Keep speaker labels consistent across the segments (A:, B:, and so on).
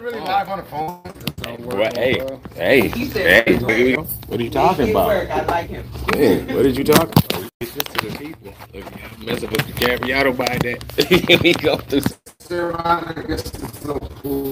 A: Really live on the phone.
B: Well, hey, hey, hey, nigga, what are you talking
C: Good
B: about?
C: work. I like him.
B: Hey, what did you talk about? It's just Oh, to the people. If y'all mess up with the Gabriato by that, we go through. some-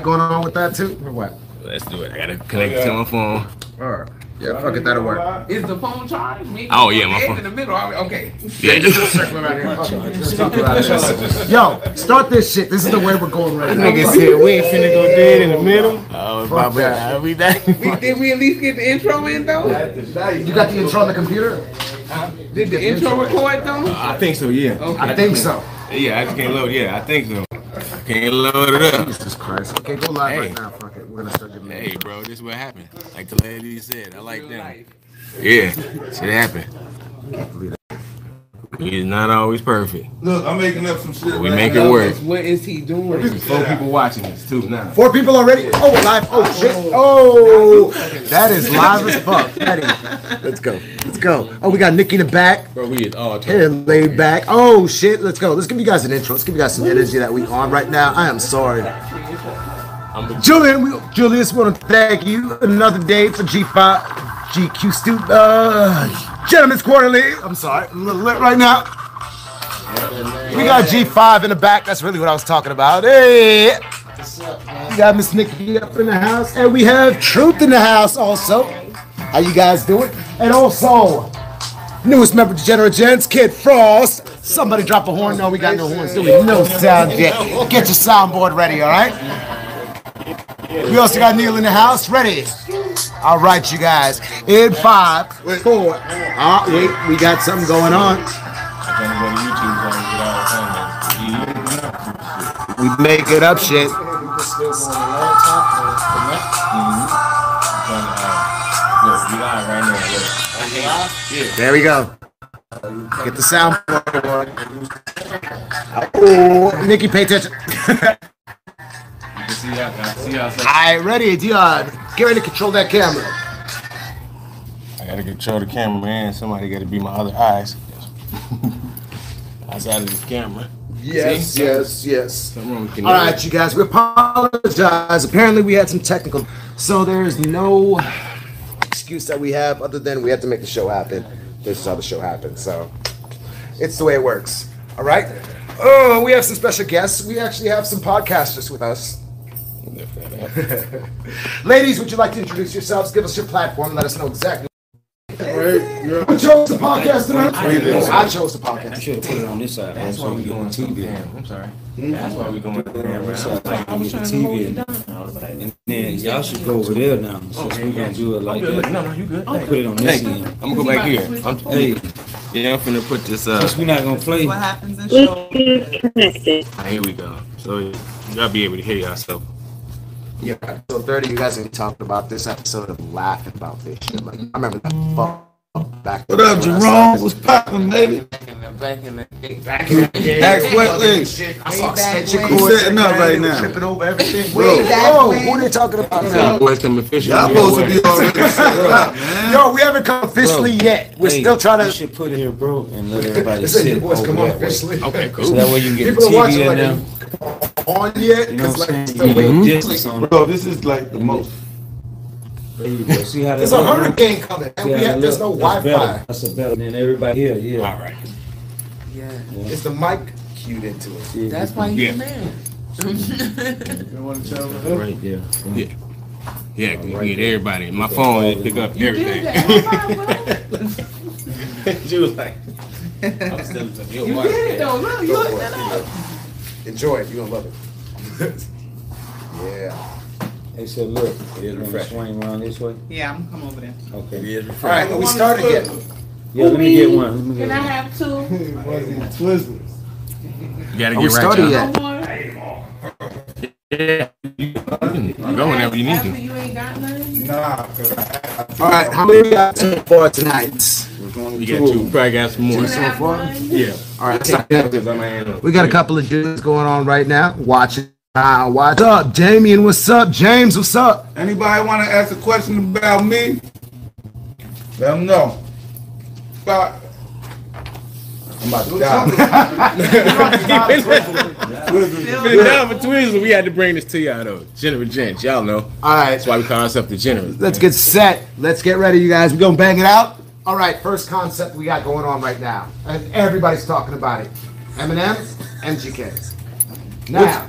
A: Going on with that too, or what?
B: Let's do it. I gotta connect to my phone.
A: All right. Yeah, fuck it, that'll work.
C: Is the phone charged? Maybe
B: Oh, yeah, my
C: it's
B: phone.
C: In the middle. I- Okay.
B: Yeah,
A: Circling out here. Fuck it, let's talk about this. Yo, start this shit. This is the way we're going right now.
D: Nigga said we ain't finna go dead in the middle.
B: oh,
A: Fuck
B: Baba,
A: that.
B: I'll be back.
C: We, did we at least get the intro in though?
A: You got the intro on the computer?
C: Did the intro record though?
D: I think so, yeah.
B: Oh.
A: I think so.
D: Yeah, I just can't load. Yeah, I think so. I can't load it up.
A: Jesus Christ. Okay, go live
B: Hey.
A: right now. Fuck it. We're gonna start getting
B: Hey, bro, this is what happened. Like the lady said, I like them. Yeah, shit happened. He's not always perfect.
E: Look, I'm making up some shit.
B: We
E: right
B: make
E: now.
B: it work.
C: What is he doing?
D: Four people watching this too now.
A: Four people already. Oh, we're live. Oh shit. Oh, that is live as fuck. That is- Let's go. Let's go. Oh, we got Nikki in the back.
D: Bro, we is all talking.
A: Here, laid back. Oh shit. Let's go. Let's give you guys an intro. Let's give you guys some energy that we on right now. I am sorry. Julian, we, Julius, want to thank you another day for G5, GQ Stu, uh, Gentlemen's Quarterly. I'm sorry, I'm a little lit right now. We got G5 in the back. That's really what I was talking about. Hey, we got Miss Nikki up in the house, and we have Truth in the house also. How you guys doing? And also, newest member, Degenerate Gents, Kid Frost. Somebody drop a horn. No, we got no horns. Do we? No sound yet. Get your soundboard ready, all right? We also got Neil in the house. Ready? All right, you guys. In five, four. Ah, wait, we got something going on.
D: I can't go to YouTube and get all the
A: We
D: comments.
A: make it up shit.
D: Mm-hmm. Look, we live right now. Look.
A: There we go. Get the soundboard. Oh, Nikki, pay attention.
D: You can see how, I see how it's like.
A: All right, ready, Dion. Get ready to control that camera.
D: I gotta control the camera and somebody gotta be my other eyes. Outside of this camera.
A: Yes, yes, yes.
D: Something wrong with
A: All right, you guys, we apologize. Apparently, we had some technical, so there's no excuse that we have other than we have to make the show happen. This is how the show happened, so it's the way it works. All right. Oh, we have some special guests. We actually have some podcasters with us. Ladies, would you like to introduce yourselves? Give us your platform. Let us know exactly. Who chose the podcast tonight? I chose the podcast.
F: Should have put it on this side. That's why we going TV.
D: Damn, I'm sorry. That's why we going to the
F: This
D: camera.
F: side, like, with the TV. in. I was like, And then y'all should go over there now. Since we gonna do it like that.
D: no, you good.
F: Put it on this end.
D: I'm gonna go back here. I'm,
F: Hey,
D: yeah, I'm finna put this uh
F: since we not gonna play,
C: What happens in show?
G: Bluetooth connected.
D: here we go. So y'all be able to hear yourself.
A: Yeah, episode 30, you guys are gonna be talking about this episode of laughing about this shit. Like, I remember that fuck back. What up, Jerome?
D: What's poppin', baby?
C: Back in the day.
D: Ask what is.
A: I saw extension
C: when-
A: cords
E: setting up right now.
A: Tripping over everything.
E: Way
C: back
A: Whoa,
C: when.
A: who are they talking about?
D: Y'all boys come official.
E: Y'all supposed to be already set up.
A: Yo, we haven't come officially yet. We're
F: hey,
A: still
F: You
A: trying to.
F: should put it here, bro, and let everybody
A: Listen, you
F: sit
A: boys
F: over
A: come on
F: that way.
A: officially.
D: Okay,
F: So
D: cool.
F: that way you can get the
A: People are watching
F: TV
A: like
F: in there.
A: On yet?
F: You know
A: Because,
F: what
A: like,
F: I'm
A: still
F: saying? Mm-hmm.
A: waiting.
F: You get a distance on it.
E: Bro, this is like the most.
F: There you go. See how that
A: There's a
F: look?
A: hurricane coming, and
F: See how
A: we
F: that
A: have, there's no
F: look?
A: Wi
F: That's
A: Fi.
F: better. That's a better than everybody here. Yeah.
D: All right.
C: Yeah.
A: It's the mic cued into it.
C: That's why he's
D: Yeah.
C: a man.
F: Right there.
D: Yeah, we can get everybody. My phone it pick up
C: Did
D: everything.
C: that.
D: she was like, I'm still you
C: You did it though. Look, you looked it up.
A: Enjoy it. You're going to love it. yeah.
F: They said, look, it's gonna
D: refreshing.
F: swing around this way.
C: Yeah, I'm coming over there.
F: Okay.
A: All right, well, we started yet.
F: Yeah, let me get one. Let me get
G: Can I
F: one.
G: have two?
E: Twizzlers.
D: You gotta
A: Are we
D: get right
A: started
D: to
A: yet?
G: More?
D: it. Go whenever Mm-hmm. you need
G: After
D: to.
G: you ain't got none?
E: Nah, cause I
A: All right, how many we got so far tonight?
D: You got two. Probably got some more.
G: Can I have one?
D: Yeah.
A: All right, so we got a couple of dudes going on right now. Watch it. Uh, what's up, Damien? What's up, James? What's up?
E: Anybody want to ask a question about me? Let them know. But I'm about to die. Twizzlers.
D: Been down for Twizzlers. We had to bring this to y'all though. General Gents, y'all know.
A: All right.
D: That's why we call ourselves the Generals.
A: Let's get set. Let's get ready, you guys. We're going to bang it out. All right, first concept we got going on right now. And everybody's talking about it. Eminem, MGK. Now,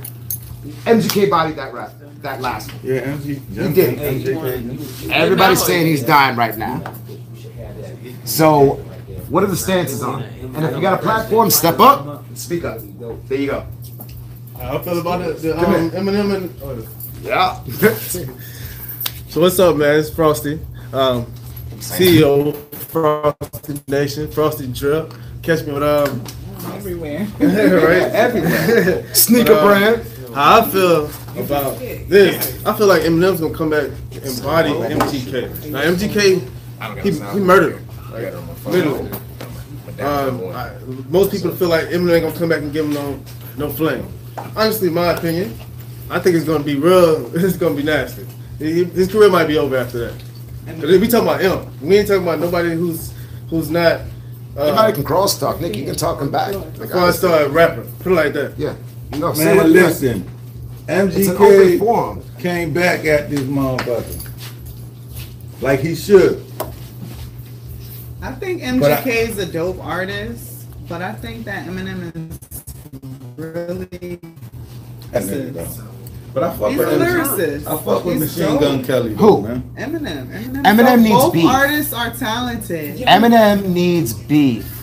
A: MGK bodied that rap, that last one.
E: Yeah, MG.
A: He did. Everybody's saying he's dying right now. So, what are the stances on it? And if you got a platform, step up, speak up. There you go.
E: How I feel about the, the um, Eminem and
A: Yeah.
H: So what's up, man? It's Frosty, um, CEO Frosty Nation, Frosty Drip. Catch me with um,
C: Everywhere.
H: right?
A: Everywhere. Sneaker brand.
H: How I feel about this? I feel like Eminem's gonna come back and body MGK. Now MGK, he, he murdered him, like, literally. Um, I, most people feel like Eminem ain't gonna come back and give him no, no flame. Honestly, my opinion, I think it's gonna be real. It's gonna be nasty. He- His career might be over after that. But if we talking about him, we ain't talking about nobody who's who's not
A: Everybody
H: uh,
A: can cross talk. Nick, you can talk him back.
H: a
A: Like,
H: star rapper. Put it like that.
A: Yeah. No, say what it
E: man.
A: is.
E: Listen,
A: It's an open
E: MGK
A: forum.
E: came back at this motherfucker like he should.
C: I think
E: But I-
C: MGK is a dope artist, but I think that Eminem is really.
E: That nigga don't. But I fuck
C: He's
E: with
C: a
E: Eminem.
C: lyricist.
E: I fuck with
C: He's
E: Machine
C: dope.
E: Gun Kelly.
A: Who?
E: Man.
C: Eminem. Eminem,
A: Eminem
C: so
A: needs
C: both
A: beef.
C: artists are talented.
A: Eminem needs beef.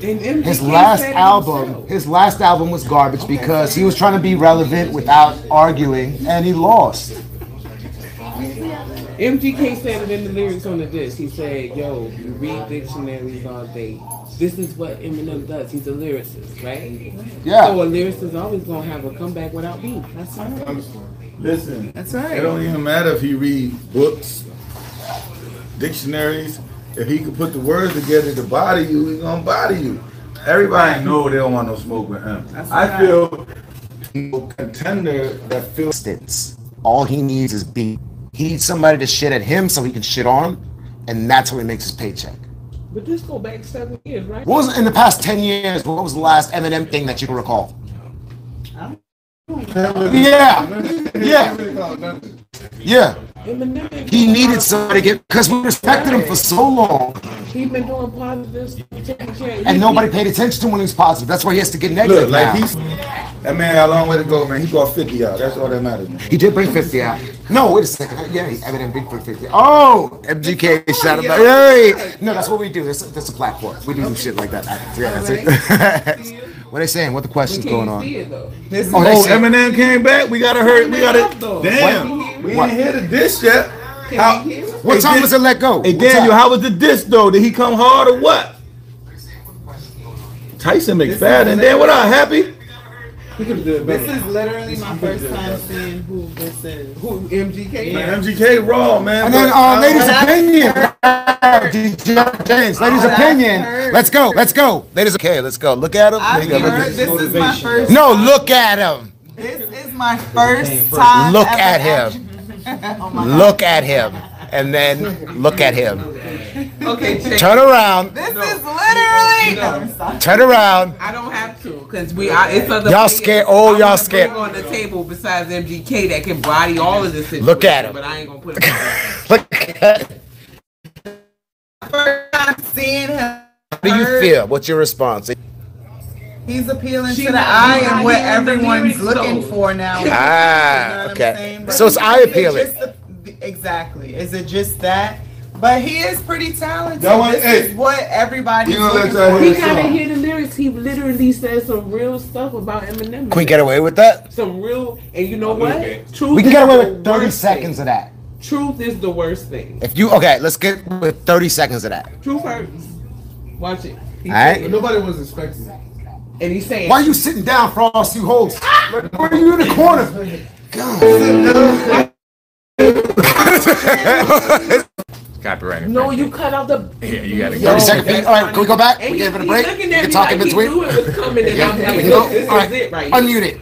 A: His last album, his last album was garbage because he was trying to be relevant without arguing, and he lost.
I: MGK said it in the lyrics on the disc. He said, "Yo, you read dictionaries all day. This is what Eminem does. He's a lyricist, right? So
A: Yeah,
I: a lyricist is always gonna have a comeback without beef. That's right.
E: Listen,
C: That's
E: It
C: right.
E: don't even matter if he read books, dictionaries. If he could put the words together to body you, he gonna body you. Everybody know they don't want no smoke with him.
C: That's
E: I
C: right.
E: feel no contender that feels
A: distance. All he needs is beef. He needs somebody to shit at him so he can shit on him, and that's how he makes his paycheck.
I: But this go back seven years, right?
A: What was in the past ten years? What was the last Eminem thing that you can recall? Yeah, yeah, yeah.
I: Eminem,
A: He needed somebody to get because we respected him for so long,
I: he been doing positive stuff, taking care.
A: and nobody paid attention to him when he was positive. That's why he has to get negative
E: look like
A: now.
E: he's that man got a long way to go, man. He got 50 out. That's all that matters, man.
A: He did bring 50 out. No, wait a second. Yeah, Eminem did bring 50. Oh, MGK shout him out. Hey! No, that's what we do. That's, that's a platform. We do shit like that. Yeah, that's it. what are they saying? What the question's
I: Can
A: going
I: you
A: on?
I: see it though?
C: This is
A: Oh, they
E: Oh,
A: said,
E: Eminem came back. We gotta hurt. We gotta. Damn. We
A: What?
E: ain't hear the diss yet. How?
A: what time was it let go?
E: Hey
A: What time?
E: Daniel, how was the diss though? Did he come hard or what? Tyson McFadden. Then what up, happy?
C: This is literally my first time seeing who this is. Who MGK?
E: Man, MGK raw, man.
A: And then
E: but
A: uh,
E: I
A: ladies'
E: don't-
A: opinion. DJ James, ladies'
C: Oh, that
A: opinion.
C: hurt.
A: Let's go. Let's go. Ladies, okay, let's go. Look at
C: I've heard
A: him.
C: this is my first.
A: No, look at him.
C: This is my first time.
A: Look
C: ever
A: at him.
C: Oh
A: Look at him. And then look at him.
I: Okay, check.
A: Turn around.
C: This is literally. No, I'm sorry.
A: Turn around.
I: I don't have to, cause we are. It's other
A: Y'all
I: players
A: scared- oh,
I: I wanna
A: y'all scared.
I: bring On the table besides MGK that can body all of this. Situation,
A: Look at him.
I: But I ain't gonna put him. on.
A: Look at
C: First time seeing him.
A: How do you feel? What's your response?
C: He's appealing
I: She
C: to the
I: was
C: eye and what
I: lying in the
C: everyone's
I: lyrics,
C: looking
I: though.
C: for now. You know
A: Ah,
C: what I'm
A: okay.
C: saying? But
A: So it's
C: is
A: eye
C: it
A: appealing.
C: just the- Exactly. Is it just that? But he is pretty talented.
E: That one-
C: this
E: hey,
C: is what everybody's
E: You know,
C: looking
E: let's
C: for.
E: uh,
I: He
E: hear the
I: gotta
E: song.
I: hear the lyrics. He literally said some real stuff about
A: Can
I: Eminem.
A: we get away with that?
I: some real, and you know what? Truth
A: We can get
I: is
A: away
I: the
A: with 30
I: worst
A: seconds of that.
I: Thing. Truth is the worst thing.
A: If you okay, let's get with 30 seconds of that.
I: Truth hurts. Watch it. He
A: All right.
H: Nobody was expecting that.
I: And he's saying,
A: Why are you sitting down, Frost? You hoes. Where are you in the corner?
D: Copyright.
I: "No, you cut out the."
D: Yeah, you gotta go.
A: 30 second beat. All right, can we go back?
I: And
A: We
I: he,
A: gave it a
I: he's
A: break. We
I: looking at
A: can
I: me
A: talk
I: like
A: in
I: he
A: between.
I: knew it was coming, and I'm
A: Yeah, we
I: like,
A: can
I: "Look,
A: go.
I: this
A: All right.
I: is it right here."
A: Unmute it.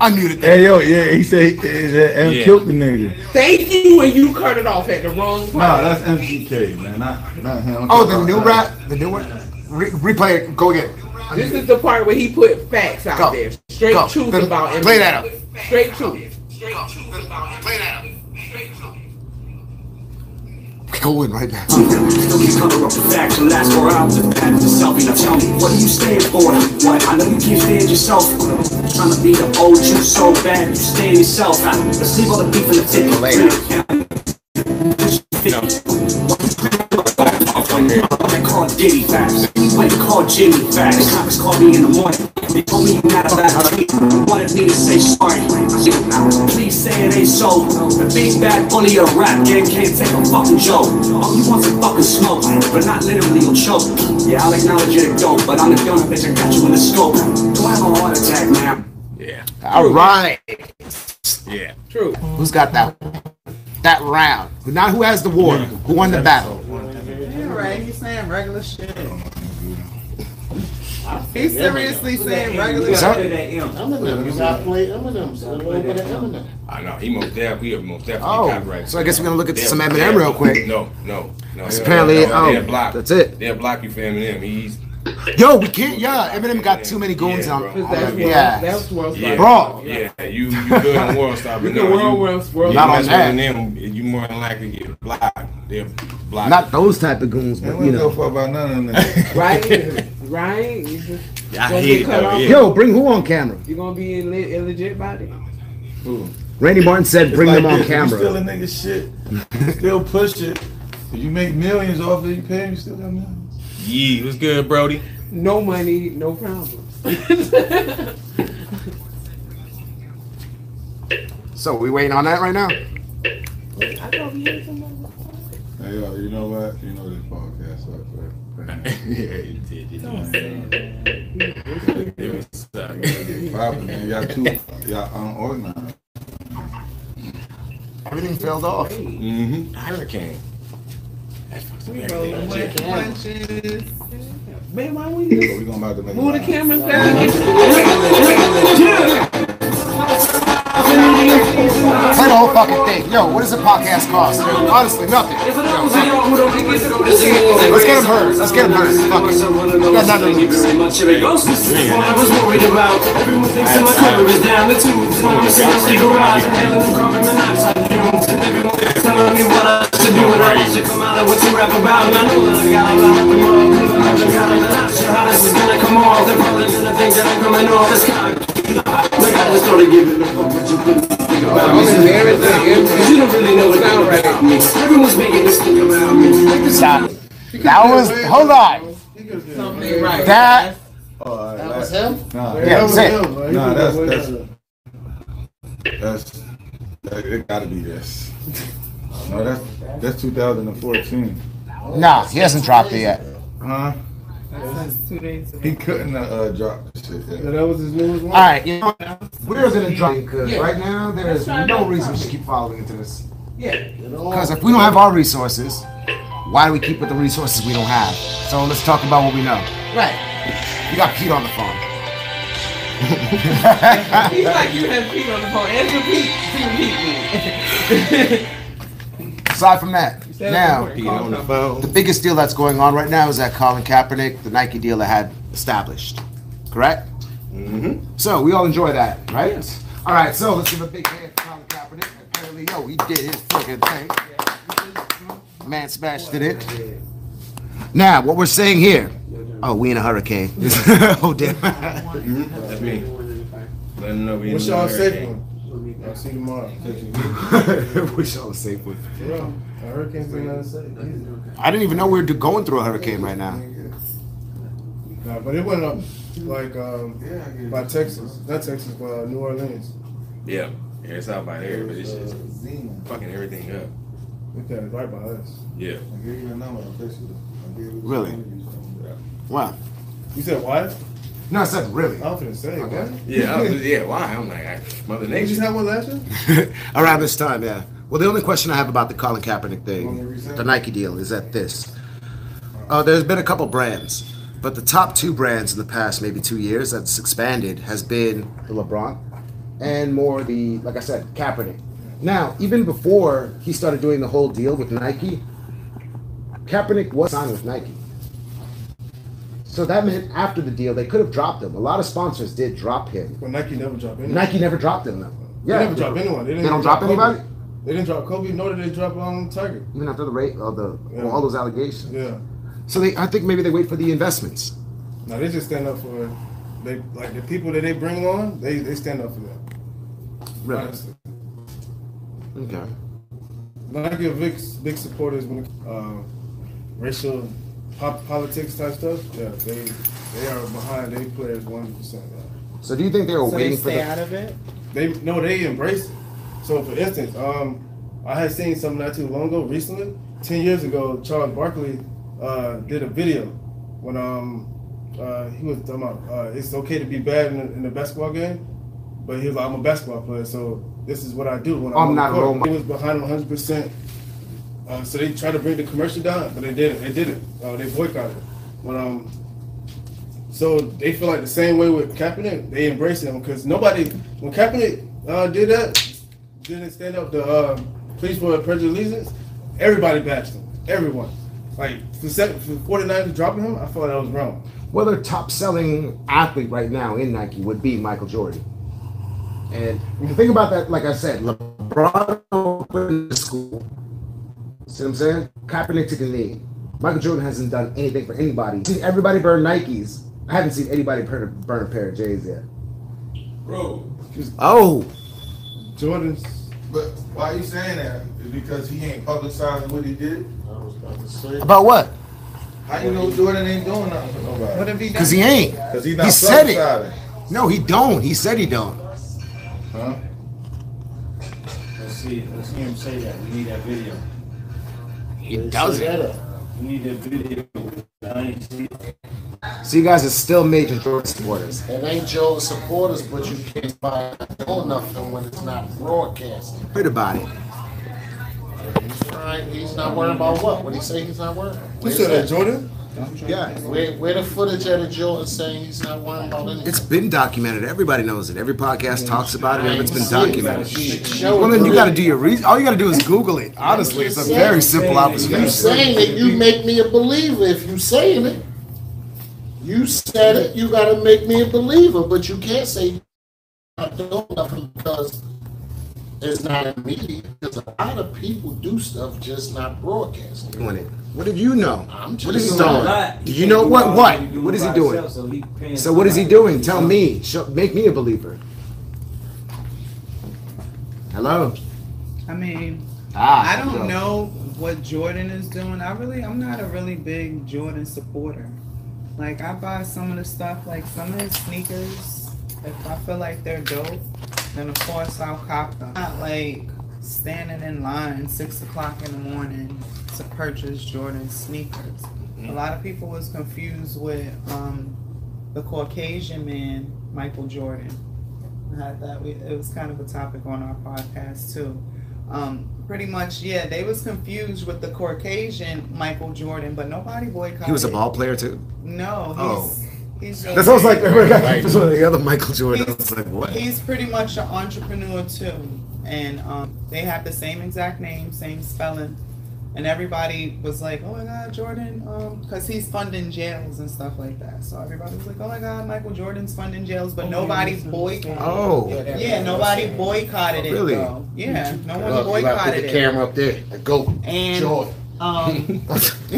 A: Unmute it.
E: Hey yo, yeah, he said he said M
D: Yeah.
E: killed the nigga.
I: Thank you, and you cut it off at the wrong
E: No,
I: part.
E: that's MGK, man. Not, not him.
A: Oh, the new rap, the new one. Re- replay it. Go again.
I: This is the part where he put facts out
A: Go.
I: there, straight
A: Go.
I: truth
A: Play
I: about Eminem.
A: that up.
I: Straight truth.
A: Go in right now.
H: cover up the facts and last four hours of pattern to self. Now tell me, what do you stand for? What? I know you keep staying yourself. Trying to be the old you so bad, you stay yourself. I let's leave all the beef in the tip.
A: Later.
H: They call Diddy facts. He went and called Jimmy facts. The cops called me in the morning. They told me you're not allowed to speak. Wanted me to say sorry. Please say it ain't so. The big bad bully of rap game can't take a fucking joke. All you want's a fucking smoke, but not literally you'll choke. Yeah, I'll acknowledge you're a dope, but I'm the donut bitch. I got you in the scope. Do I have a heart attack now?
D: Yeah.
A: All right.
D: Yeah.
I: True.
A: Who's got that one? That round. Not who has the war. Who won the battle?
J: Yeah, right. He's saying regular shit. He's seriously saying regular
A: What's up?
J: shit.
F: Eminem's not play Eminem's. A little bit of Eminem.
D: I know. He most definitely, we are most definitely
A: Oh,
D: copyright.
A: so I guess we're gonna look at
D: They'll-
A: some Eminem
D: they'll-
A: real quick.
D: No, no, no.
A: It's apparently- oh,
D: they'll block-
A: that's it.
D: They'll block you for Eminem. He's
A: Yo, we can't. Yeah, Eminem got too many goons
D: Yeah,
A: on.
D: bro.
A: on
I: That's
A: him.
I: world-
A: Yeah.
I: That's world.
D: yeah,
A: Bro.
D: Yeah, you you good on World Star,
I: Oh, You
D: but
I: the
D: no,
I: world,
D: you,
I: world, world.
A: Not
D: you
A: on
D: mess
A: that.
D: with Them, you more than likely get blocked. They'll block.
A: Not those type of goons,
E: They
A: but you
E: wouldn't
A: know.
E: go for about none of them.
I: Right, right. You just,
D: you. I
I: When
D: hate
I: they
D: it
I: cut
D: though.
I: off-
D: Yeah.
A: Yo, bring who on camera?
I: you gonna be Ill- illegit about it.
A: Randy Martin said, bring
E: Like
A: them on
E: this, if You still
A: camera.
E: a nigga shit. you still push it. If you make millions off it, you pay him, you still got millions.
D: Yeah, what's good, Brody?
I: No money, no problem.
A: So we waiting on that right now?
K: I thought we had some other-
E: Hey, yo, you know what? You know this podcast sucks, right?
D: yeah, it did. It
K: Don't say that.
D: It was uh, suck.
E: Get popping, man. Y'all too, y'all unorganized.
A: Everything failed off.
D: Mm-hmm. Hurricane. That fucks up everything.
J: One punches.
I: Man, why we
E: So we gonna about to make.
I: move the
E: it loud.
I: cameras down?
A: Play the whole fucking thing. Yo, what does a podcast cost? Honestly, nothing. Yo, fuck it.
H: Let's
A: Let's get him heard. Let's get him heard. Fuck it. Got nothing to lose.
H: Much of a ghost is what I was worried about. Everyone thinks that my cover is down the tubes. When I'm sitting in the garage, I'm handling carbon monoxide fumes. And everyone keeps telling me what I should do. And I should come out of what you rap about. And I know that I got a lot of money. I got a lot of shit. How this is gonna come off? They're probably gonna think that I'm coming off. That's kind of like I just started giving a fuck what you really think about me. Cause you don't really know what they think about me. Everyone's making this thing about me. Like this
A: Stop. That was. Hold on.
I: Something right.
A: That.
E: Oh, all right,
F: That
E: like-
F: was him?
E: Nah,
A: Yeah, that's it.
E: nah, that's that's that's that, it. Got to be this. No, that's that's 2014.
A: Nah, he hasn't dropped it yet.
E: Huh?
J: That's two days ago.
E: He couldn't uh, uh drop the shit. Yet.
L: That was his newest
A: All right, you know, we're gonna drop because right now there is no reason we should keep following into this.
I: Yeah.
A: Because if we don't have our resources, why do we keep with the resources we don't have? So let's talk about what we know.
I: Right.
A: You got Pete on the phone.
I: He's like you have Pete on the phone. Answer Pete. See what Pete means.
A: Aside from that, now
I: Pete on the phone.
A: the biggest deal that's going on right now is that Colin Kaepernick, the Nike deal that had established, correct? Mm-hmm. So we all enjoy that, right? All right, so let's give a big hand to Colin Kaepernick. Apparently, yo, he did his fucking thing. Man smashed it in. Now, what we're saying here. Oh, we in a hurricane. oh, damn.
D: That's me. Let them know we
L: What's
D: in the
L: y'all
D: hurricane.
L: safe one? I'll see you tomorrow.
A: Wish I was safe with.
L: Bro, a hurricane's been out of sight.
A: I didn't even know we were going through a hurricane right now.
L: Nah, but it went up like um, by Texas, not Texas, but uh, New Orleans.
D: Yeah. Yeah, it's out by there, but it's just
E: Zena,
D: fucking everything up.
L: Look at it, right by us.
D: Yeah.
E: I gave you a number officially. I gave you the
A: Really?
E: number.
A: Wow.
L: You said what?
A: No, I said really.
L: I was gonna say what?
D: Yeah. I was- yeah. Why? I'm like, I, Mother
L: Did you just
D: Nature.
L: have one last year?
A: Around this time, yeah. Well, the only question I have about the Colin Kaepernick
E: Only
A: thing,
E: reason-
A: the Nike deal, is that this. Uh, there's been a couple brands, but the top two brands in the past maybe two years that's expanded has been the LeBron and more the, like I said, Kaepernick. Now, even before he started doing the whole deal with Nike, Kaepernick was signed with Nike. So that meant after the deal, they could have dropped him. A lot of sponsors did drop him.
H: Well, Nike never dropped anyone.
A: Nike never dropped him though.
H: They never drop anyone.
A: They,
H: didn't
A: don't drop
H: Kobe.
A: anybody.
H: They didn't drop Kobe. Nor did they drop um Tiger.
A: Even after the rate of the
H: Yeah.
A: all those allegations.
H: Yeah.
A: So they, I think maybe they wait for the investments.
H: No, they just stand up for they like the people that they bring on. They they stand up for that.
A: Really?
H: Honestly.
A: Okay.
H: Nike are big big supporters when it uh, racial pop, politics type stuff. Yeah, they they are behind their players one hundred percent.
A: So do you think they were
H: So they
A: waiting
H: stay
A: for the?
H: out of They no, they embrace it. So for instance, um, I had seen something not too long ago, recently, ten years ago, Charles Barkley uh, did a video when um uh, he was talking about uh, it's okay to be bad in a, in a basketball game, but he was like, I'm a basketball player, so this is what I do when
A: I'm
H: on the
A: not a
H: court."
A: role model.
H: He was behind 100. percent uh, So they tried to bring the commercial down, but they didn't. They didn't. Uh, they boycotted. When um so they feel like the same way with Kaepernick. They embrace him because nobody, when Kaepernick uh, did that, didn't stand up to um, please for prejudice allegiance, everybody bashed him. Everyone. Like, for, se- for 49 dropping him, I felt that was wrong.
A: Well, their top selling athlete right now in Nike would be Michael Jordan. And when you think about that, like I said, LeBron opened the school. See what I'm saying? Kaepernick took a knee. Michael Jordan hasn't done anything for anybody. See, everybody burn Nikes. I haven't seen anybody burn a, burn a pair of J's yet.
E: Bro,
A: Oh,
H: Jordan's.
E: But why you saying that? Is because he ain't publicizing what he did? I was about to say.
A: about what?
E: How you know Jordan ain't doing nothing for nobody? What if he
A: Because he ain't.
E: Because he not
A: he said it.
E: publicizing.
A: No, he don't. He said he don't.
E: Huh?
F: Let's see. Let's hear him say that. We need that video.
A: He doesn't.
F: We need that video. I ain't see it.
A: So you guys are still major Jordan supporters.
M: It ain't your supporters, but you can't buy or nothing when it's not broadcasted.
A: Heard about it.
M: Right? He's not worried about what? What he say he's not worried?
H: Who said that, Jordan?
A: Yeah.
M: Where, where the footage at of Jordan saying he's not worried about anything?
A: It's been documented. Everybody knows it. Every podcast talks about it, and it's been documented.
M: Show
A: Well,
M: it.
A: then you got to do your research. All you got to do is Google it. Honestly, it's a very simple
M: You saying
A: observation.
M: it, you make me a believer. If you saying it, you said it. You gotta make me a believer, but you can't say I don't nothing because it's not in media. Because a lot of people do stuff just not broadcasting.
A: Doing it. What did you know?
M: I'm
A: What is
M: just
A: he
M: saying.
A: doing? Do you know what? What? What is he doing? So what is he doing? Tell me. Show, make me a believer. Hello.
N: I mean,
A: Ah,
N: I don't
A: no.
N: know what Jordan is doing. I really, I'm not a really big Jordan supporter. Like, I buy some of the stuff, like some of his sneakers. If I feel like they're dope, then of course I'll cop them. Not like standing in line six o'clock in the morning to purchase Jordan sneakers.
A: Mm-hmm.
N: A lot of people was confused with um, the Caucasian man, Michael Jordan. I had that we, it was kind of a topic on our podcast too. Um, pretty much, yeah, they was confused with the Caucasian Michael Jordan, but nobody boycotted.
A: He was a ball player too.
N: No, he's
A: Oh.
N: he's.
A: That sounds like that's one of the other Michael Jordan. I was like, what?
N: He's pretty much an entrepreneur too, and um, they have the same exact name, same spelling, and everybody was like, "Oh my God, Jordan," because he's funding jails and stuff like that. So everybody was like, "Oh my God, Michael Jordan's funding jails," but nobody boycotted.
A: Oh.
N: yeah, nobody boycotted it.
A: Really?
N: Though. Yeah, no one
A: Look, you gotta
N: boycotted it.
A: up there. Go.
N: And
A: Jordan.
N: um,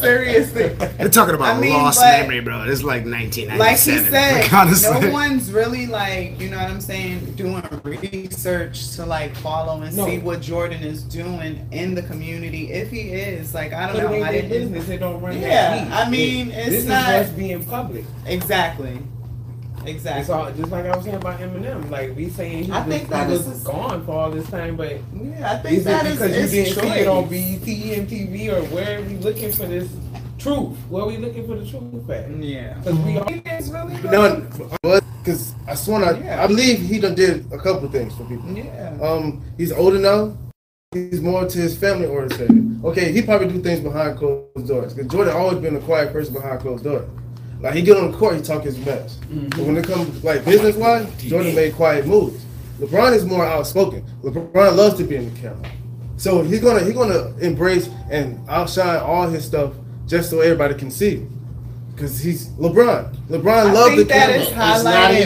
N: seriously,
A: They're talking about
N: I mean,
A: lost
N: but-
A: memory, bro. It's like
N: like he
A: 1997.
N: said,
A: Like, honestly.
N: no one's really like, you know what I'm saying, doing research to like follow and
I: No.
N: see what Jordan is doing in the community. If he is, like, I don't
I: But it
N: know.
I: ain't
N: I
I: their
N: didn't.
I: business. They don't run that
N: Yeah,
I: heat.
N: I mean,
I: It-
N: it's
I: this
N: not-
I: is us being public.
N: Exactly. Exactly.
I: It's all just like I was saying about Eminem. Like we saying he
N: I
I: was,
N: think
I: he
N: that
I: was
N: is-
I: gone for all this time, but E
N: yeah, I
I: is
N: think that
I: it
N: is
I: because
N: it's
I: you didn't see it on
N: choice.
I: BET, MTV, or where are we looking for this truth? Where are we looking for the truth at?
N: Yeah,
I: because we all is really
H: No, because I swear, I, I believe he done did a couple of things for people.
N: Yeah.
H: Um, he's older now. He's more to his family oriented. Okay, he probably do things behind closed doors. Cause Jordan always been a quiet person behind closed doors. Like he get on the court, he talk his mess.
N: Mm-hmm.
H: But when it comes like business wise, Jordan made quiet moves. LeBron is more outspoken. LeBron loves to be in the camera, so he's gonna he's gonna embrace and outshine all his stuff just so everybody can see. Because he's LeBron. LeBron
N: I
H: loved
N: think
H: the
N: that
H: camera.
N: is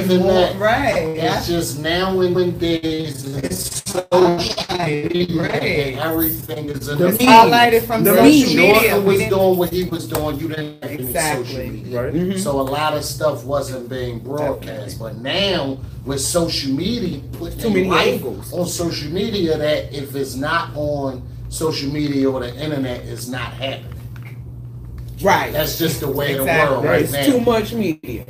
N: highlighted more- right.
E: Oh,
M: It's just now in the days, it's so shitty.
N: Right.
M: Everything is in
N: It's highlighted from
M: Because
N: social media.
M: Jordan
N: We
M: was
N: didn't-
M: doing what he was doing. You didn't have exactly.
N: Exactly.
M: social media. So a lot of stuff wasn't being broadcast. But now with social media, put
H: Too many
M: life on social media that if it's not on social media or the internet, it's not happening.
I: Right.
M: That's just the way
I: Exactly.
M: the world right
I: It's
M: now.
I: too much media.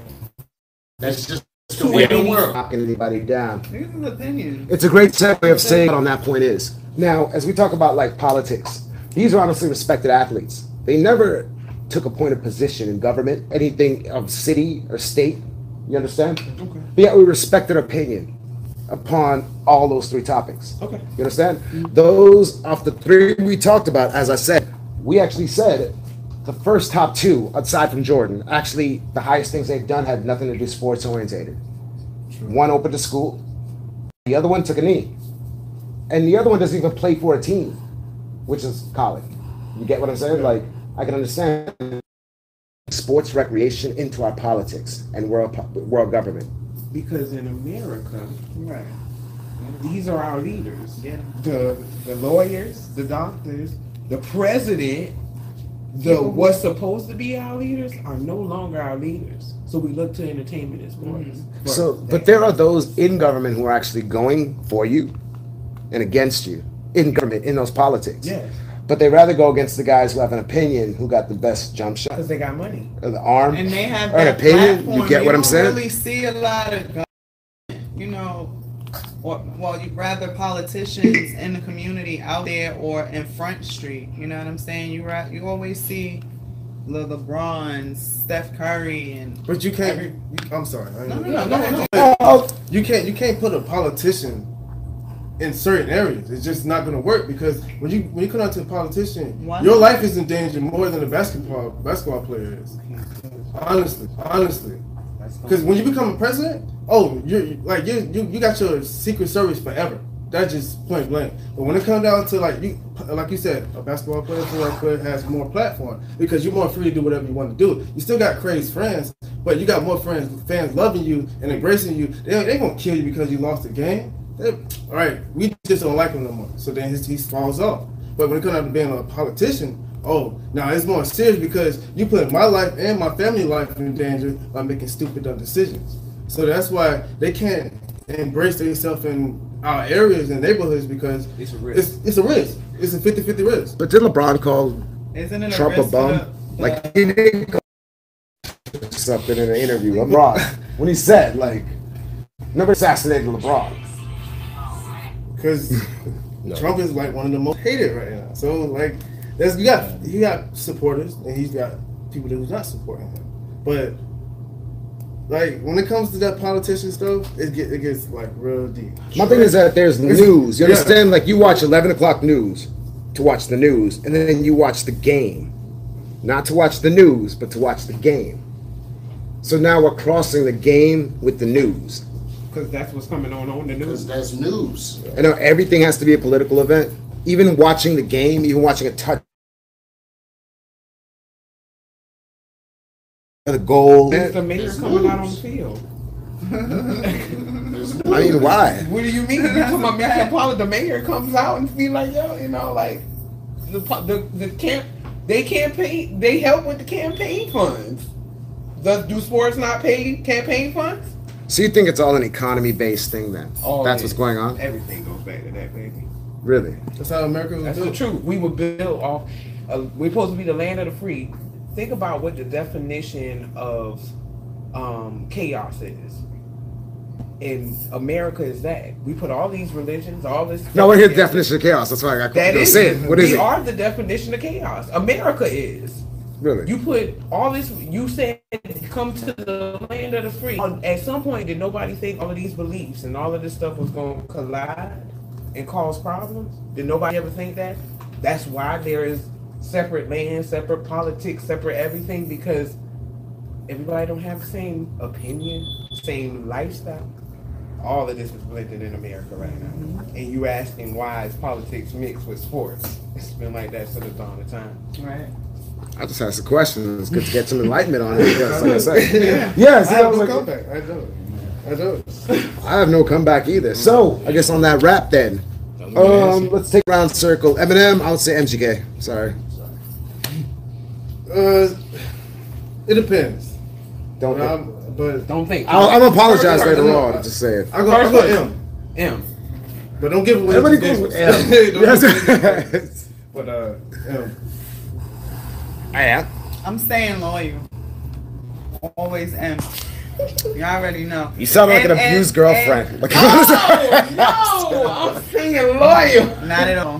M: That's just the
A: Too
M: way the
A: many
M: world.
A: knocking anybody down.
N: These are opinions.
A: It's a great segue of saying what on that point is. Now, as we talk about like politics, these are honestly respected athletes. They never took a point of position in government, anything of city or state. You understand? Okay. But yet we respected opinion upon all those three topics.
H: Okay.
A: You understand? Those off the three we talked about, as I said, we actually said the first top two, aside from Jordan, actually the highest things they've done had nothing to do sports orientated. One opened a school, the other one took a knee. And the other one doesn't even play for a team, which is college. You get what I'm saying? Like, I can understand sports recreation into our politics and world, po- world government.
I: Because in America, right, these are our leaders.
N: Yeah.
I: The the lawyers, the doctors, the president, the what's supposed to be our leaders are no longer our leaders. So we look to entertainment as sports.
A: So, but there are those in government who are actually going for you and against you in government, in those politics.
I: Yes.
A: But they rather go against the guys who have an opinion who got the best jump shot.
I: Because they got money.
A: Or the arm.
N: and they have
A: or an
N: that
A: opinion.
N: platform.
A: You get what I'm
N: don't
A: saying?
N: Really see a lot of, go- you know, or well, you rather politicians in the community out there or in Front Street. You know what I'm saying? You ra- you always see the LeBron, Steph Curry, and
H: But you can't. You, I'm sorry. I
N: No, no,
H: didn't-
N: no, go ahead.
H: You can't. You can't put a politician in certain areas. It's just not going to work because when you when you come out to a politician,
D: Why?
H: your life is in danger more than a basketball basketball player is. Honestly, honestly, because when you become a president, oh, you're like you you you got your secret service forever. That's just point blank. But when it comes down to like you, like you said, a basketball player, football player has more platform because you're more free to do whatever you want to do. You still got crazy friends, but you got more friends, fans loving you and embracing you. They they gonna kill you because you lost the game. They- all right, we just don't like him no more. So then his, he falls off. But when it comes down to being a politician, oh, now it's more serious because you put my life and my family life in danger by making stupid dumb decisions. So that's why they can't embrace themselves in our areas and neighborhoods because it's a risk. It's, a risk. It's a 50-50 risk.
A: But did LeBron call
N: Isn't it
A: Trump
N: a
A: a
N: risk
A: bum?
N: to
A: Like, he didn't call something in an interview. LeBron, when he said, like, never assassinated LeBron.
H: Because Trump is like one of the most hated right now. So like, that's you got you got supporters and he's got people that who's not supporting him. But like when it comes to that politician stuff, it get it gets like real deep.
A: My thing is that there's
H: It's-
A: news. You
H: yeah.
A: understand? Like you watch 11 o'clock news to watch the news, and then you watch the game, not to watch the news, but to watch the game. So now we're crossing the game with the news,
I: Because that's what's coming on on the news.
M: that's news.
A: and now everything has to be a political event. Even watching the game, even watching a touch. The goal.
I: That's the mayor coming out on the field.
A: I mean, why?
I: What do you mean? You come up, man, Paula, the mayor comes out and be like, yo, you know, like the po- the the camp, they campaign, they help with the campaign funds. Does do sports not pay campaign funds?
A: So you think it's all an economy-based thing then?
I: Oh,
A: That's
I: yeah.
A: what's going on.
I: Everything goes back to that, baby.
A: Really?
H: That's how America was
I: That's
H: built.
I: the truth. We were built off. Uh, we're supposed to be the land of the free. Think about what the definition of um, chaos is. In America, is that we put all these religions, all this.
A: No, I want to hear the
I: stuff in.
A: definition of chaos. That's why I got
I: That
A: you know,
I: is
A: say it. What is
I: we
A: it?
I: are the definition of chaos. America is.
A: Really?
I: You put all this. You said come to the land of the free. At some point, did nobody think all of these beliefs and all of this stuff was going to collide and cause problems? Did nobody ever think that? That's why there is separate land, separate politics, separate everything because everybody don't have the same opinion, same lifestyle. All of this is blended in America right now.
H: Mm-hmm.
I: And you asking why is politics mixed with sports? It's been like that since the dawn of time.
N: Right.
A: I just asked a question. It's good to get some enlightenment on it. Yes, like I said. Yes,
H: I
A: I
H: have
A: was
H: no
A: like,
H: comeback. I don't. I don't.
A: I have no comeback either. So I guess on that wrap then. Um, let's take round circle. Eminem, I would say MGK. Sorry.
H: Uh, it depends.
A: Don't
H: But I'm- but
I: don't think.
A: I'll, I'll apologize later on. I'm just saying.
H: I go, I go M.
I: M.
H: But don't give away.
A: Everybody
H: the
A: goes
H: game.
A: with M.
H: Don't give
A: Yes.
H: away the game. but uh, M.
A: I am.
N: I'm staying loyal. Always am. You already know.
A: You sound like an
N: And- and-
A: abused girlfriend.
N: and-
A: Like,
N: no, no, I'm staying loyal. Not at all.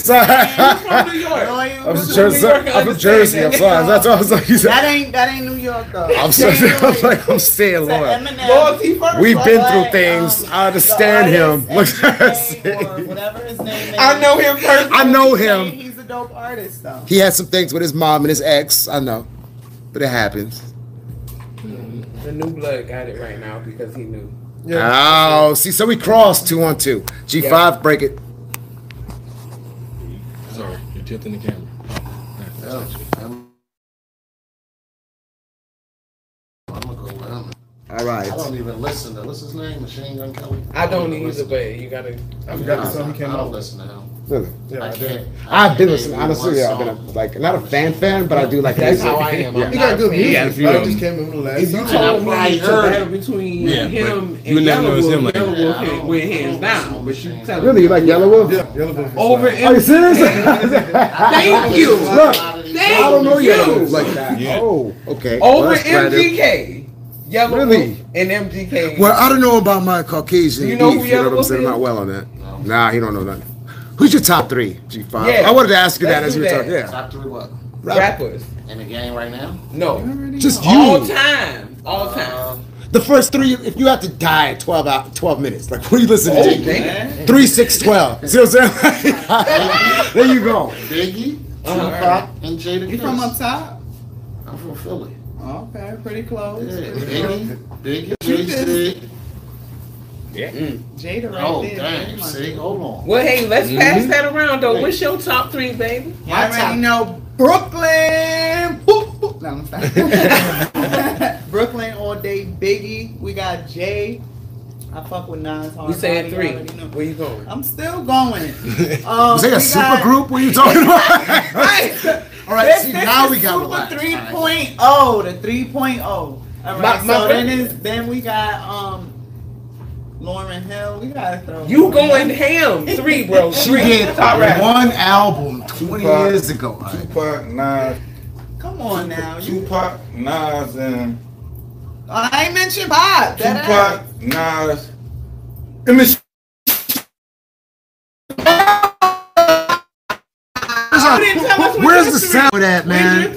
A: sorry.
N: New York. Loyal.
A: I'm from Jersey. I'm from Jersey. I'm sorry. That's what I was like. You
N: That
A: said.
N: ain't that ain't New York though.
A: I'm sorry. I'm like I'm saying, Lord.
N: Loyalty first.
A: We've been
N: But, um,
A: through things.
M: Oh,
A: I understand him. Whatever
N: his name
A: is. I know
N: him
A: personally. I know him.
N: He's a dope artist though.
A: He had some things with his mom and his ex. I know, but it happens.
I: The new blood got it right now because he knew.
A: Oh, see, so we crossed two on two. G five,
I: Yeah.
A: break it.
D: Sorry, you're tilting the camera.
M: Oh, I'm gonna go with him.
A: All right.
M: I don't even listen to what's his name, Machine Gun Kelly.
I: I don't
M: even
I: either,
M: listen.
I: but you gotta.
M: I
I: you
M: forgot
I: gotta-
M: the song he came I don't listen to him.
A: Really?
M: Yeah, I can't. I
A: I've been
M: can't
A: listening.
M: name
A: Honestly,
M: one
A: yeah, I've been a, like not a fan fan, but I do like
I: That's
A: music.
I: how I am. I'm
H: He got good music.
A: Yeah,
H: I
A: if you-
H: just can't remember the last.
I: If you
H: song.
I: told me
M: I
I: it's a
M: heard.
I: battle between
D: Yeah,
I: him
D: but
I: and
D: you never know
I: Yellow
D: it's
I: Wolf,
D: him like
I: Yellow
D: that.
I: Wolf hit- went hands down, but you tell
A: Really, you like Yellow Wolf?
H: Yellow Wolf.
I: Over
A: Are you serious?
I: Thank you.
A: Look,
I: Thank
A: I don't know
I: you.
A: Yellow Wolf like that. Oh, okay. Well,
I: Over
A: that's bad.
I: MGK. Yellow
A: Really?
I: Wolf and MGK.
A: Well, I don't know about my Caucasian
I: You know who
A: beef. You know
I: Yellow
A: what I'm
I: Wolf
A: saying?
I: is?
A: I'm not well on that. Nah, he don't know nothing. Who's your top three, G5?
I: Yeah,
A: I wanted to ask you that
I: let's
A: as we
I: do
A: were
I: that.
A: talking. Yeah.
M: Top three what?
I: rappers.
M: In the game right now?
I: No.
A: Just you.
I: All time. All time.
A: The first three, if you have to die at 12 out, 12 minutes, like what are you listening
I: Oh,
A: to?
I: man.
A: Three, six, 12. See what I'm saying? there you go.
M: Biggie,
I: Uh-huh.
M: Tupac, and Jada
N: You from
M: Kiss.
N: up top?
M: I'm from Philly.
N: Okay, pretty close.
M: Yeah,
N: Pretty close.
M: Biggie, Biggie, Jay-Z.
N: Jada right
M: Oh,
N: there.
M: dang, see, hold on.
I: Well, hey, let's pass
M: Mhm.
I: that around though. What's your top three, baby?
N: You already know Brooklyn. Boop, boop. No, I'm sorry. Brooklyn all day. Biggie. We got Jay. I fuck with Nas hard.
I: We said
N: body,
I: three.
N: you already know.
I: Where you going?
N: I'm still going. Um,
A: Was that a
N: we
A: super
N: got-
A: group? What are you talking about?
N: Right.
M: All right,
N: This-
M: see,
N: this
M: now
N: is
M: we got
N: Super
M: relaxed. All right.
N: 3.0, the 3.0. All right,
I: My- my
N: so then,
I: friend-
N: is, then we got um, Lauren Hill. We gotta throw.
I: You going ham? Three, bro.
A: She
I: Three.
A: did
I: Top rap.
A: one album 20
D: Tupac.
A: years ago.
D: Tupac, Nas,
N: Come on now. You,
D: Tupac, Nas, and
N: I ain't mentioned Bob. That
D: Tupac, Nas.
H: And Machine
N: You didn't tell us what
A: Where's
N: your
A: the
N: three-
A: sound of that,
I: Where's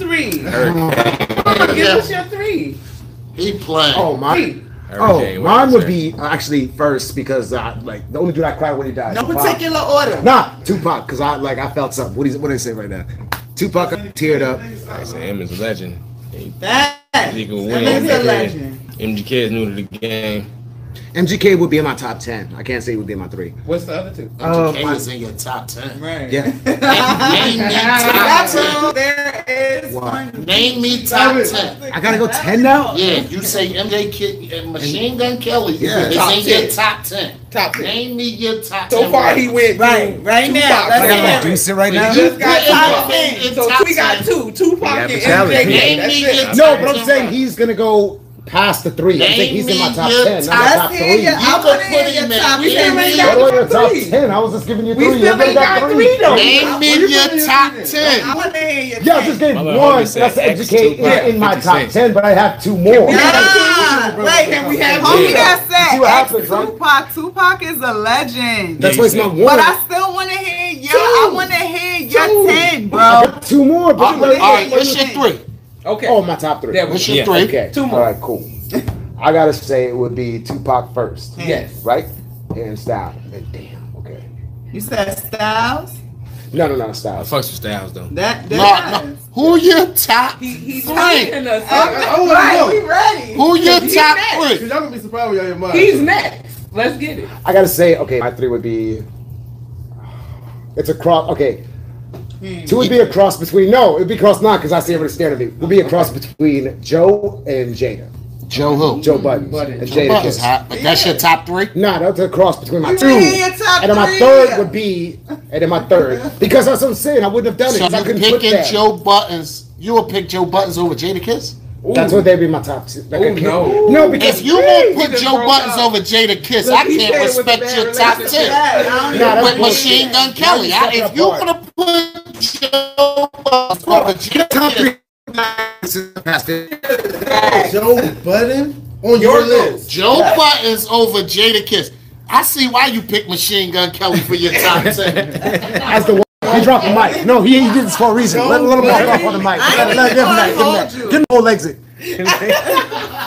A: man?
I: your three? Give
M: Yeah,
I: us your three.
M: he playing.
A: Oh, my.
I: Three.
A: Oh, mine would be actually first because I, like the only dude I cried when he died.
N: No
A: Tupac.
N: particular order.
A: Nah, Tupac, because I like I felt something. What is what did I say right now? Tupac I teared up.
D: I say M is a legend. He,
N: That
D: he can
N: that
D: win.
N: is a
D: MGK.
N: legend.
D: MGK is new to the game.
A: MGK would be in my top ten. I can't say it would be in my three.
I: What's the other two?
A: Um,
M: Jay was in your top ten.
N: Right.
A: Yeah.
M: Name me top
N: That's
M: ten.
N: all there is.
A: Why?
M: Name me top ten.
A: I gotta go ten now?
M: Yeah, you say MJ Kid, uh, Machine Gun Kelly
A: Yeah.
M: is
I: Top
M: in your
I: 10.
M: top ten.
I: Top ten.
M: Name me your top ten.
I: So far, he went
N: Right,
I: through
N: right now,
I: Tupac.
N: let's
A: I
N: hear
A: gotta reduce it right now.
I: Just got top
M: Top
I: ten.
M: ten.
I: So we got two, Tupac
A: Yeah,
I: and
A: but tell it.
I: MJK.
M: Name
I: That's
M: me
I: it.
M: your
A: No,
M: top
A: but I'm
M: 10.
A: saying he's gonna go past the three. I'm saying he's in my top ten, not my top
N: Let's hear
A: three.
N: your. I
M: You
N: want to
M: could
N: hear
M: put
N: your
M: him in
N: top.
M: any-
N: ten right
A: What
N: now.
A: are your top
I: three.
A: ten? I was just giving you
I: We
A: three.
I: still
A: Everybody
I: ain't got three, though.
M: Name me your top
N: I
M: ten.
N: want to hear your.
A: Yeah, I
N: ten.
A: just gave
D: My
A: one.
D: little homie
A: That's
D: said
A: to
D: X
A: educate
D: Tupac,
A: in my
D: 50
A: top
D: Cent.
A: ten, but I have two more.
N: Ah, wait, can we have
D: Homie,
N: homie
A: that's
N: that said
A: See what
N: ex
A: happens, right?
N: Tupac. Tupac is a legend.
A: That's why it's my one.
N: But I still want to hear your. I
A: Two.
N: want to hear your
A: Two.
N: ten,
A: I
N: bro.
A: got two more. But
M: All
A: you gotta-
M: right, what's your three?
I: Okay.
A: Oh, my top three.
I: There we
M: What's
I: go.
M: your
D: Yeah.
M: three?
A: Okay.
I: Two more.
A: All right, cool. I gotta say it would be Tupac first,
I: Yes.
A: right? And Styles. And Damn. Okay.
N: You said Styles.
A: No, no, no,
D: I
A: Styles.
D: fucks with Styles though.
N: That
M: No,
N: that
M: no. Who your top?
I: He, he's
M: Three.
I: hyping us
H: I,
I: up.
H: I
N: Right,
H: want to
N: we
H: know.
N: ready.
M: Who your
I: He's
M: top
I: next.
M: three?
H: Cause y'all gonna be surprised with y'all your mind.
I: He's next. Let's get it.
A: I gotta say, okay, my three would be. It's a cross. Okay,
O: Hmm.
A: So it would be a cross between no, it'd be cross not because I see everybody staring at me. Would be a cross between Joe and Jada. Joe who? Joe Buttons. And
O: Joe
A: Jada
O: Budden's
A: Kiss.
O: hot, but that's your top three?
A: Nah, that's a cross between my
O: You
A: two.
O: really your top
A: and then my
O: three?
A: third would be, and then my third because that's what I'm saying. I wouldn't have done it.
O: So
A: 'cause I
O: you
A: couldn't put
O: picking
A: that.
O: Joe Buttons? You would pick Joe Buttons over Jada Kiss?
A: That's what they'd be my top two. Like, I
O: Ooh,
A: can't-
O: no.
A: no, because
O: If you won't put Joe Buttons over Jada Kiss,
A: Look,
O: I
A: he
O: can't
A: said it with a
O: respect
A: bad
O: your top ten.
A: relationship. Yeah, nah, that's
O: With
A: bullshit.
O: Machine Gun
A: Now
O: Kelly,
A: you
O: I,
A: set
O: if
A: it
O: you
A: apart.
O: gonna put Joe Buttons over Jada Kiss,
H: Joe Button on your list.
O: Joe Buttons over Jada Kiss. I see why you picked Machine Gun Kelly for your top ten.
A: As the one, he dropped the mic. No, he, he did this for a reason. Let, let him walk off on the mic.
O: I
A: Let,
O: ain't
A: let, give him that. Give him
O: gonna
A: that. Give him the whole exit.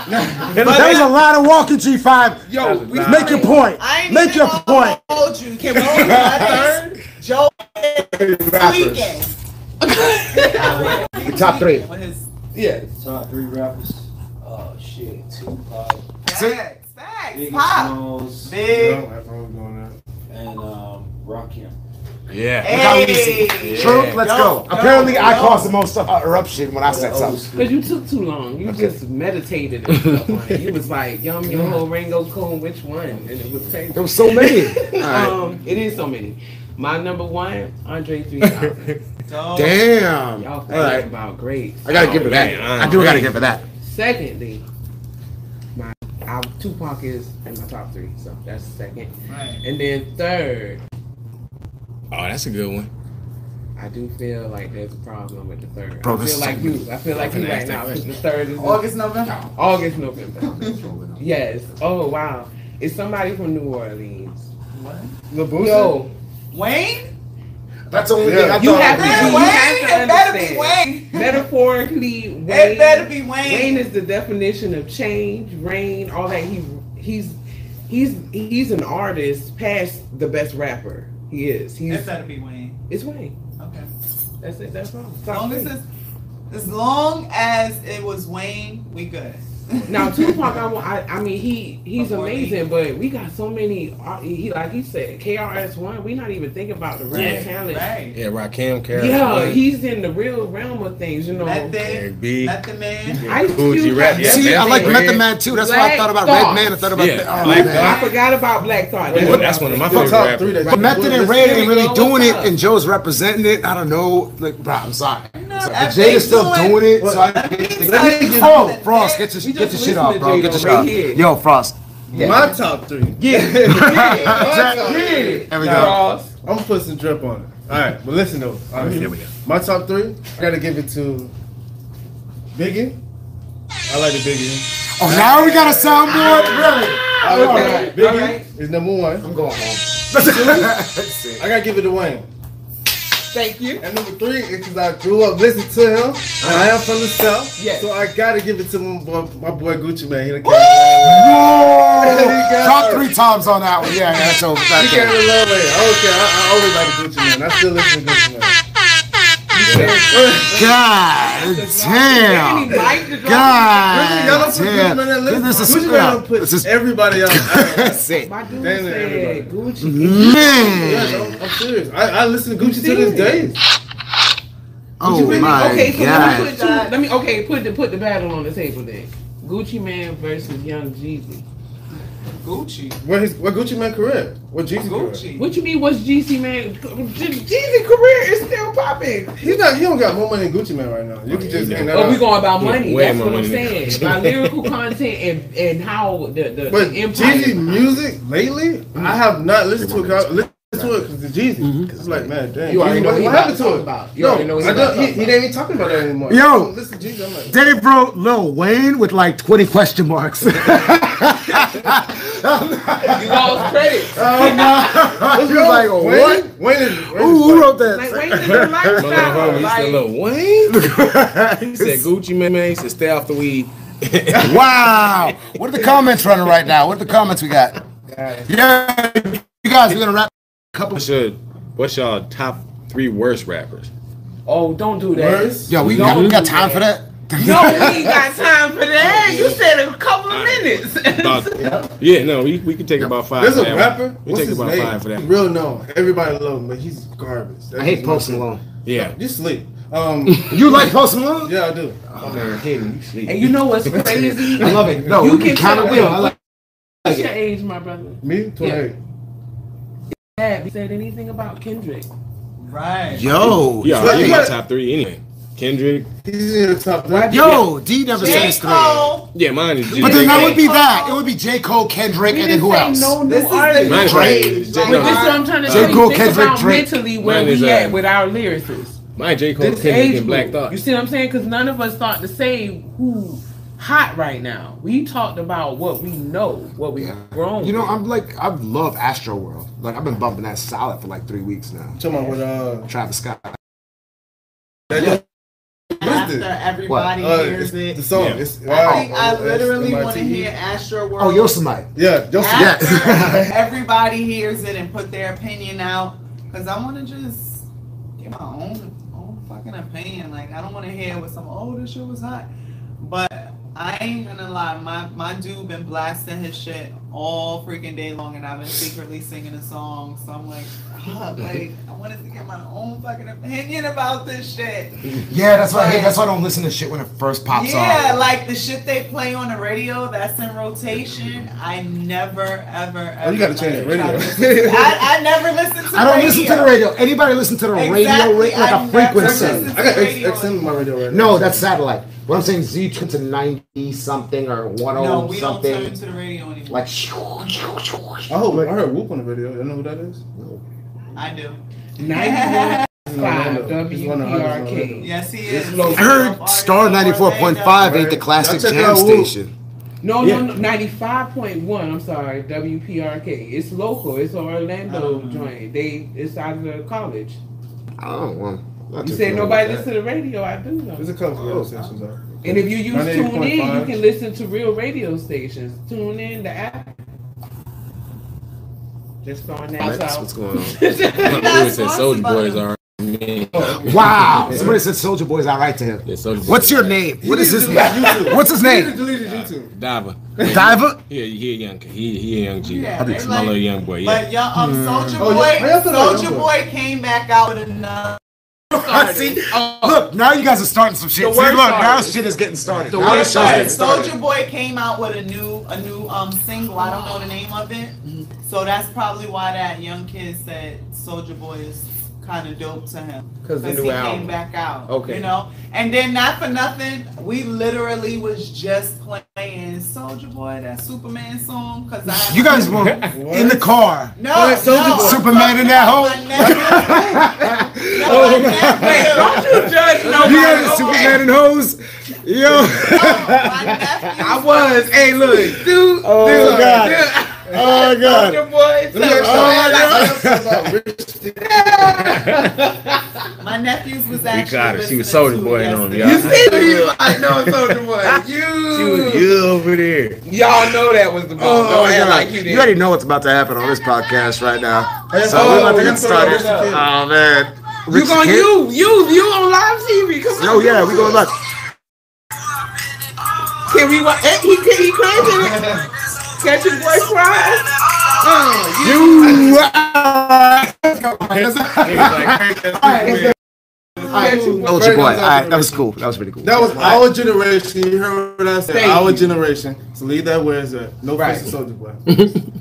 A: that was a lot of walking, G5.
C: Yo,
A: we- Make your point.
C: I ain't
A: Make your point.
C: told you. Can we go my third? Joe Weekend.
A: The top three.
C: Yeah.
F: Top three rappers. Oh shit, Tupac.
C: Facts,
F: Biggie
C: Pop.
F: Smalls.
C: Big.
F: Yeah, that's what I'm going at. And um, Rakim.
B: Yeah.
A: Hey. Truth, let's go. Apparently, I caused the most uh, eruption when I said something.
I: Because you took too long. You just meditated. And stuff on it. You was like, yum, yum, ho, Ringo, coon, which one? And it was crazy.
A: There was so many. Oh. All right.
I: um, it is so many. My number one, Andre 3000.
A: Damn.
I: Y'all
A: All
I: thinking
A: right.
I: about greats.
A: I gotta give it that. I do gotta give it that.
I: Secondly, my I, Tupac is in my top three, so that's second. And then third,
B: Oh, that's a good one.
I: I do feel like there's a problem with the third.
B: Bro,
I: I
B: this
I: feel
B: is
I: like
B: so
I: you.
B: many.
I: I feel like you right now. The third is
C: August, November.
I: August, November. yes. Oh wow. It's somebody from New Orleans.
C: What?
I: LaBusa? Yo,
C: Wayne?
A: That's
I: only thing I
C: you
I: thought
C: have
I: of.
C: to be
I: You
C: Wayne.
I: have to
C: It better be
I: understand.
C: Wayne.
I: metaphorically, Wayne,
C: It better be Wayne.
I: Wayne is the definition of change, rain, all that. He he's he's he's an artist past the best rapper. He is. He's
C: It better be Wayne.
I: It's Wayne.
C: Okay.
I: That's it. That's all.
C: As long as, it's, as long as it was Wayne, we good.
I: Now Tupac, I, wa- I, I mean he he's amazing, but we got so many. art- He like he said, KRS One. We not even thinking about the real
B: Yeah.
I: talent.
B: Yeah, Rakim, Carol.
I: Yeah, he's in the real realm of things, you know.
B: Eric B.
C: Let the man.
I: Ice
B: Cool G
I: Cube.
B: Rap. Yeah,
A: See, I
B: Method
A: like
B: Man.
A: Method Man too. That's why I thought about Red
I: Black
A: Man. I thought about
B: Yeah,
A: that. Oh,
B: Black
A: man.
I: I forgot about Black Thought.
A: What-
B: That's one of my
A: what
B: favorite
A: top
B: rappers.
A: three that
B: Right.
A: you- Method and
B: Here
A: Red ain't
B: we
A: really
B: go.
A: doing it, and Joe's representing it. I don't know. Like, bro, I'm sorry. It's like,
C: if
A: but Jada's
C: they
A: still
C: do it-
A: doing it, so I can't
C: Let me tell
A: Oh, Frost, get your, get your shit off,
C: to
A: bro. Get your
C: Jada
A: shit
C: right
A: off.
C: here.
A: Yo, Frost.
H: My top three.
I: Yeah.
A: There we go.
H: I'm gonna put some drip on it. All right, but listen though. All right,
B: Here we go.
H: My top three. I gotta give it to Biggie. I like the Biggie.
A: Oh, now we got a soundboard? Really?
H: All right,
A: Okay.
H: Biggie is number one. I'm
A: going home.
H: I gotta give it to Wayne.
I: Thank you.
H: And number three is because I grew up listening to him. And
A: Uh-huh.
H: I am from the South. Yeah. So I gotta give it to my boy, my boy Gucci Man. He done came a long way. He
A: Whoa!
H: got
A: Drop
H: it.
A: three times on that one. Yeah, yeah, that's over.
H: He
A: That's
H: came
A: over.
H: a long way. I don't care. I, I always like Gucci Man. I still listen to Gucci Man.
A: God damn. God damn. Give this a
H: Gucci
A: scrap.
H: Man put everybody else.
A: My
I: dude
H: Damn
I: said Gucci.
A: Man.
H: Yes, I'm, I'm serious. I, I listen to Gucci to this day.
A: Oh my
I: okay, so let me
A: God.
I: put two, let me okay put the put the battle on the table then. Gucci Man versus Young Jeezy.
C: Gucci.
H: What his what Gucci Man career? What Jeezy career?
I: What you mean? What's GC Man? J- Jeezy career is still popping.
H: He's not. He don't got more money than Gucci Man right now.
I: Oh,
H: You can just. hang that
I: But we
H: up.
I: going about money.
H: Way
I: That's
H: more
I: what I'm
H: money than-
I: saying. By lyrical content and and how the the,
H: But
I: the empire.
H: Jeezy music lately, I have not listened to it. 'cause I Listen to it because it's Jeezy.
A: Mm-hmm.
H: It's like, man, dang.
I: You already know
H: what
I: he
H: happened
I: about to
H: to
I: talk
H: it.
I: about. You
H: No,
I: already know he
H: I
I: about to
H: don't- he,
I: talk
H: he ain't even talking about that anymore.
A: Yo.
H: I don't listen to Jeezy. I'm like,
A: Dave wrote Lil Wayne with like 20 question marks.
I: You lost credit.
A: Oh, no. He was like,
H: Wayne-
A: what?
H: Wayne is.
A: Ooh, who wrote that?
I: Like, Wayne is a
B: My little homie, he said, "Look, Wayne." He said, "Gucci man, man." He said, "Stay off the weed."
A: wow. What are the comments running right now? What are the comments we got? Yeah, you guys, we're gonna wrap. Couple
B: should. What's y'all top three worst rappers?
I: Oh, don't do that.
A: Yo, we got, we got time for that?
I: No, we ain't got time for that. You said a couple of minutes.
B: About- yeah, no, we, we can take about five.
H: There's
B: for
H: a
B: that one.
H: rapper.
B: We
H: What's
B: take
H: his
B: about
H: name?
B: five for that.
H: Real no. Everybody love him, but he's garbage.
A: I hate Post
H: alone.
A: Malone.
H: Yeah. You sleep. Um,
A: you like Post Malone?
H: Yeah, I do.
A: Oh man, Katie, you sleep.
I: And you know what's crazy?
A: I love it. No,
I: you
A: you
I: can
A: kind of
I: tell-
A: will. I like.
I: What's your age, my brother?
H: Me? 28.
I: Have you said anything about Kendrick?
C: Right.
A: Yo.
B: yeah,
A: Like,
B: already in
A: you
B: my
A: got-
B: top three anyway. Kendrick.
H: He's in the top
A: three. Yo, D never said his three.
B: Yeah, mine is.
A: But then
B: Jay.
A: that would be that. It would be J. Cole, Kendrick,
I: We
A: and then who
I: didn't
A: else?
I: say no new This is the artists.
B: Mine is
A: Drake.
B: Drake.
I: But this is what I'm trying to tell you. Think about mentally where
B: Mine
I: we
B: is, uh,
I: at with our lyricists.
B: Mine J Cole,
I: This
B: Kendrick,
I: age
B: and Black
I: group.
B: Thought.
I: You see what I'm saying? Because none of us thought the same who hot right now. We talked about what we know, what we've grown.
A: You know, I'm like, I love Astro World. Like, I've been bumping that solid for like three weeks now.
H: Come on, with uh,
A: Travis Scott.
H: After
A: everybody What? hears
H: it. Uh, The song.
A: Yeah.
H: It's,
A: I
H: wow. Oh,
A: think I
H: That's
N: literally
H: MIT.
N: want to hear Astro World.
A: Oh, Yosemite.
H: E. Yeah,
A: Yes.
H: Yosemite.
N: Everybody hears it and put their opinion out because I want to just get my own own fucking opinion. Like I don't want to hear what some oh this shit was hot, but I ain't gonna lie. My my dude been blasting his shit all freaking day long, and I've been secretly singing a song. So I'm like, "Fuck, like I wanted to get my own fucking opinion about this shit.
A: Yeah, that's why. Hey, that's why I don't listen to shit when it first pops
N: Yeah,
A: on.
N: like the shit they play on the radio that's in rotation. I never, ever, ever.
A: Oh, you gotta change the radio.
N: I, I never listen to
A: I don't listen to the radio. Anybody listen to the radio
N: Exactly,
A: ra- like a
N: I
A: frequency?
N: never listen
H: I got X, XM in my radio right now.
A: No, that's satellite. What I'm saying, Z turns to ninety something or one
N: No,
A: oh
N: we don't
A: something.
N: turn to the radio anymore.
A: Like,
H: I hope I heard Whoop on the radio. You know who that is?
N: I do.
I: 91.5
H: WPRK.
N: Yes, he is.
A: I heard Star ninety four point five ain't the classic
H: Y'all check
A: jam
H: out Whoop.
A: station.
I: No,
A: Yeah.
I: no, no, ninety-five point one. I'm sorry, WPRK. It's local. It's an Orlando joint. They it's out of the college.
A: I don't want. not
I: You
A: too
I: say
A: familiar
I: nobody
A: with
I: listen to the radio. I do know.
H: There's a couple of radio stations out there.
I: And if you use TuneIn, you
H: 98.5.
I: can listen to real radio stations. Tune in the app. Just throwing that
B: What?
I: out.
B: What's going on? Somebody said Soldier Boys are. me.
A: that. Wow! Somebody said Soldier Boy's all right to him. What's your name? What is his name? What's his name?
B: Diver.
A: Diver?
B: Yeah, he a young. He he a young G.
N: Yeah, they
B: my
N: like-
B: little young boy. Yeah.
N: But y'all, um, Soldier
A: Oh, yeah. I also
N: Boy,
A: like
N: Soldier
A: Young
N: Boy came back out with another.
A: I see. Look, now you guys are starting some shit.
N: The
A: See,
N: word
A: look, now
N: started.
A: shit is getting started.
N: The
A: Now
N: way
A: the shit is
N: that
A: getting started.
N: Soldier Boy came out with a new a new um single. I don't know the name of it, so that's probably why that young kid said Soldier Boy is kind of dope to him
I: 'Cause the new
N: he
I: album.
N: came back out.
I: Okay.
N: you know. And then not for nothing, we literally was just playing Soldier Boy that Superman song because I
A: You guys were in the car.
N: No, What? Soulja no. Boy.
A: Superman in that hole.
N: Oh,
I: don't you judge nobody.
A: You guys Superman and hoes. Yo.
N: I
I: was. Hey, look, dude.
A: Oh
I: dude,
A: god.
I: dude.
A: Oh
I: Soldier
A: god.
I: Boy.
A: Look at
N: Oh,
A: my
N: My nephews was
B: We
N: actually.
B: got her. She was Soldier Boy in on y'all.
I: You see me? I know it's Soldier Boy.
B: She was
I: You.
B: you over there.
I: Y'all know that was the ball.
A: Oh,
I: Don't act
A: God.
I: like you
A: You
I: did.
A: already know what's about to happen on this podcast right now.
I: Hey,
A: So we're about
I: oh,
A: to
I: you
A: get started.
I: put it
A: Oh man.
I: You gonna you you you on live TV? Come on.
A: Oh yeah, we going live.
I: Can we watch? eh, He he crazy. Catch his boy cry. Oh,
A: You. Soldier Boy. All right, that was cool. That was pretty cool.
H: That was our generation. You heard what I said?
I: Thank
H: our
I: you.
H: generation. So leave that where it's at. No
I: Right.
H: place to Soldier Boy.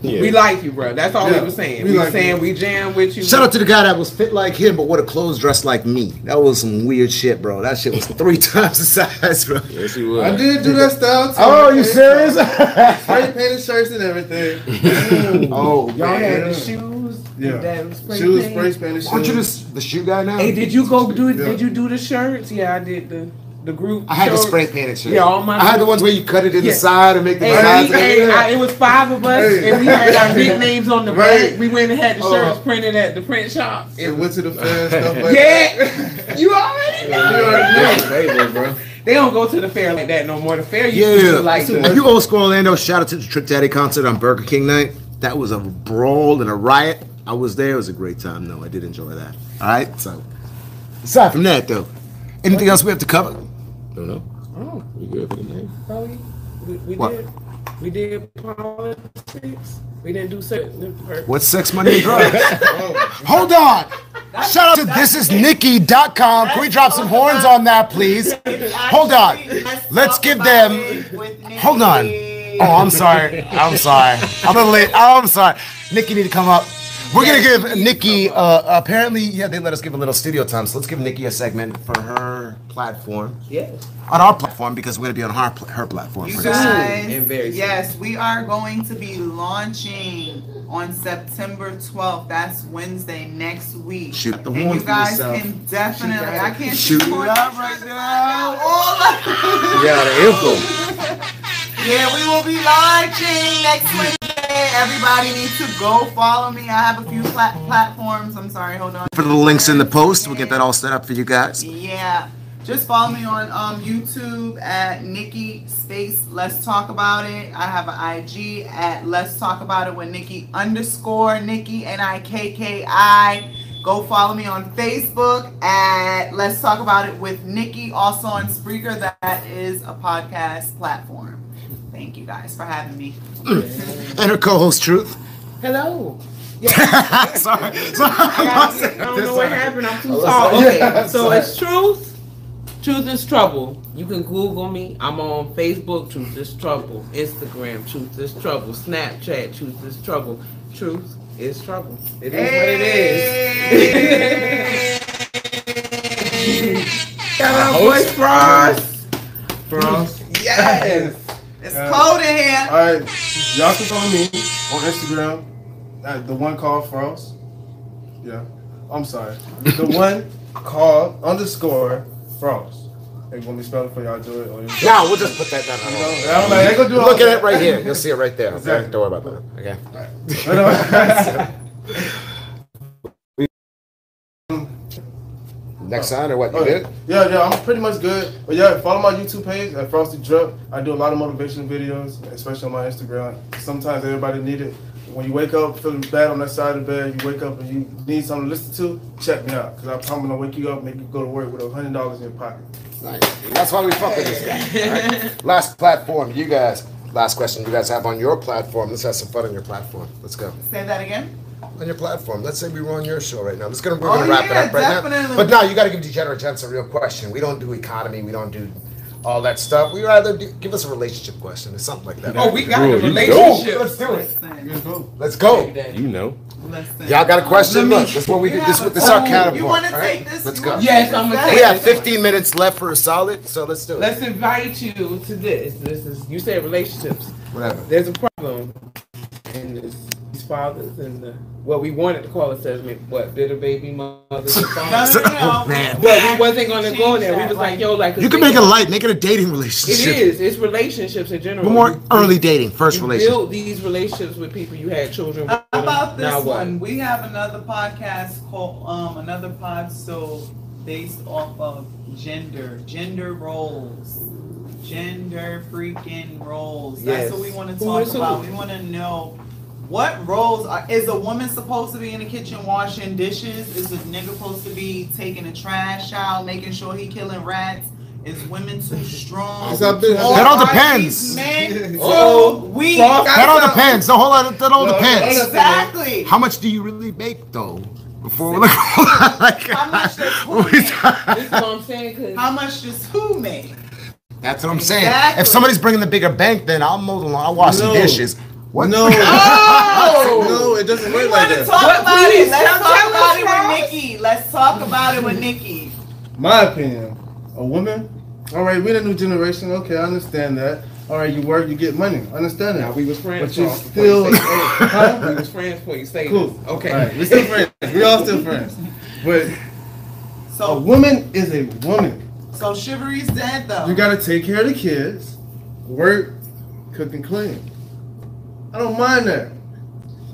I: We like you, bro. That's all
H: Yeah,
I: we were saying.
H: we
I: We, were
H: like
I: saying
H: you.
I: we jam with you.
A: Shout out to the guy that was fit like him, but wore the clothes dressed like me. That was some weird shit, bro. That shit was three times the size, bro.
B: Yes, he was.
H: I did do that style too.
A: Oh, you serious?
H: Spray painted shirts and everything.
A: oh,
I: y'all had the
H: Yeah.
I: shoes.
H: Yeah.
I: That was spray
H: Shoes,
I: paint.
H: spray Spanish
A: Aren't you
H: shoes.
A: the, the shoe guy now?
I: Hey, did you go do?
H: Yeah.
I: Did you do the shirts? Yeah, I did the the group.
A: I had the
I: shirts.
A: spray painted shirt.
I: Yeah, all my.
A: I had the ones where you cut it in
I: Yeah.
A: the side and make the
I: Hey,
A: size.
I: we- hey, I- it was five of us,
H: Hey.
I: and we had our nicknames on the
H: Right.
I: back. We went and had the
H: Oh.
I: shirts printed at the print shop.
H: And went to the fair and stuff like
I: Yeah, you already know.
B: Baby, bro.
I: They don't go to the fair like that no more. The fair used to be
A: Yeah,
I: like
A: if you old school Orlando, shout out to the Trick Daddy concert on Burger King night. That was a brawl and a riot. I was there. It was a great time, though. I did enjoy that. All right. So, aside from that, though, anything else we have to cover?
B: Don't know.
I: Oh,
B: We good for the name.
I: Chloe, we, we
A: What?
I: did we did politics. We didn't do certain.
A: What's sex, money, and drugs? Oh. Hold on. Shout out to thisisnicky.com. Can we drop some horns on that, please? Hold on. Let's give them. Hold on. Oh, I'm sorry. I'm sorry. I'm a late. I'm sorry. Nikki need to come up. We're gonna give Nikki. Uh, apparently, yeah, they let us give a little studio time. So let's give Nikki a segment for her platform,
I: Yeah.
A: on our platform, because we're gonna be on her pla- her platform.
N: You
A: pretty soon.
N: guys, yes, we are going to be launching on September 12th. That's Wednesday next week.
A: Shoot the
N: and
A: horn
N: you
A: for
N: guys
A: yourself.
N: can definitely, I can't
A: Shoot
N: see
A: it
N: corn- All of-
B: Yeah, the info.
N: Yeah, we will be launching next Wednesday. Everybody needs to go follow me. I have a few plat- platforms. I'm sorry, hold on.
A: For the links in the post, we'll get that all set up for you guys.
N: Yeah. Just follow me on um, YouTube at Nikki Space Let's Talk About It. I have an IG at Let's Talk About It with Nikki underscore Nikki N I K K I. Go follow me on Facebook at Let's Talk About It with Nikki. Also on Spreaker, that is a podcast platform. Thank you guys for having me.
A: and her co-host Truth.
N: Hello.
A: Sorry.
I: I don't know what happened. I'm too tall.
A: Yeah,
I: Okay,
A: Oh, I'm
I: so
A: sorry.
I: it's truth. Truth is trouble. You can Google me. I'm on Facebook. Truth is trouble. Instagram. Truth is trouble. Snapchat. Truth is trouble. Truth is trouble. It is what it is. Got our voice frost.
H: Frost.
N: Yes. It's
H: Yeah.
N: cold in here.
H: All right, y'all can follow me on Instagram at the one called Frost. Yeah, I'm sorry. The one called underscore Frost. They gonna be spelling for y'all. Do it. Or you-
A: No, we'll just put that down.
H: You know, I'm like, they gonna do all
A: Look at
H: that.
A: it right here. You'll see it right there. Okay?
H: Exactly.
A: Don't worry about that. Okay. Next sign or what? You
H: Oh,
A: good?
H: Yeah, yeah, I'm pretty much good. But yeah, follow my YouTube page at Frosty Drip. I do a lot of motivational videos, especially on my Instagram. Sometimes everybody need it. When you wake up feeling bad on that side of the bed, you wake up and you need something to listen to, check me out. Because I promise I'll wake you up, make you go to work with $100 in your pocket.
A: Nice. That's why we fuck with this guy. All right. Last platform, you guys. Last question you guys have on your platform. Let's have some fun on your platform. Let's go.
N: Say that again.
A: On your platform. Let's say we were on your show right now. Let's gonna we're
N: Oh,
A: gonna wrap
N: yeah,
A: it up right now.
N: definitely.
A: But now you gotta give Degenerate Gents a real question. We don't do economy, we don't do all that stuff. We rather do, give us a relationship question or something like that.
I: Oh, we got the
A: Ooh, you
I: relationship.
A: dope. Let's do it. Let's go. You know. Y'all got a question? Look, that's what we do. This, this is our
I: Oh, you
A: counterpart.
I: wanna
A: all right?
I: take this?
A: Let's
I: You
A: go.
I: wanna Yes, take I'm gonna this?
A: We
I: take
A: have
I: this one.
A: 15 minutes left for a solid, so let's do it.
I: Let's invite you to this. This is you said relationships.
A: Whatever.
I: There's a problem in this, these fathers and the well, we wanted to call ourselves ma- what bitter baby mothers and fathers.
A: No, no, no. Oh, man.
I: But we wasn't gonna go in there. We was like, yo, like
A: You can make it light, make it a dating relationship.
I: It is. It's relationships in general.
A: But more early dating, first
I: you
A: relationship.
I: build these relationships with people you had children with.
N: How about
I: now
N: this
I: what?
N: one? We have another podcast called um another pod so based off of gender, gender roles, gender freaking roles. That's what
I: Yes.
N: we want to
I: Who
N: talk
I: is who?
N: about. We want to know what roles are is a woman supposed to be in the kitchen washing dishes? Is a nigga supposed to be taking the trash out, making sure he killing rats? Is women too strong?
A: Is that big-
N: Or
A: That all
N: are
A: depends.
N: these Men
A: Oh,
N: too weak?
A: that all depends. No, hold on. That all
N: No,
A: depends.
N: exactly.
A: How much do you really make though? Before we're like, like
I: This is what I'm saying. 'cause-
N: How much does who make?
A: that's what I'm saying.
N: Exactly.
A: If somebody's bringing the bigger bank, then I'll mow the lawn. I'll wash
H: No.
A: the dishes. What? No.
H: no, it doesn't work like that.
N: Talk about it. Let's talk about it with Nikki. Let's talk about it with Nikki.
H: My opinion, a woman. All right, we're the new generation. Okay, I understand that. All right, you work, you get money. I understand that. we was
I: friends
H: but you
I: for-
H: still,
I: for-
H: huh?
I: We was friends before you say
H: Cool.
I: this. Okay.
H: All right, we're still friends. We all still friends. But
N: so
H: a woman is a woman.
N: So chivalry's dead though.
H: You gotta take care of the kids, work, cook and clean. I don't mind that.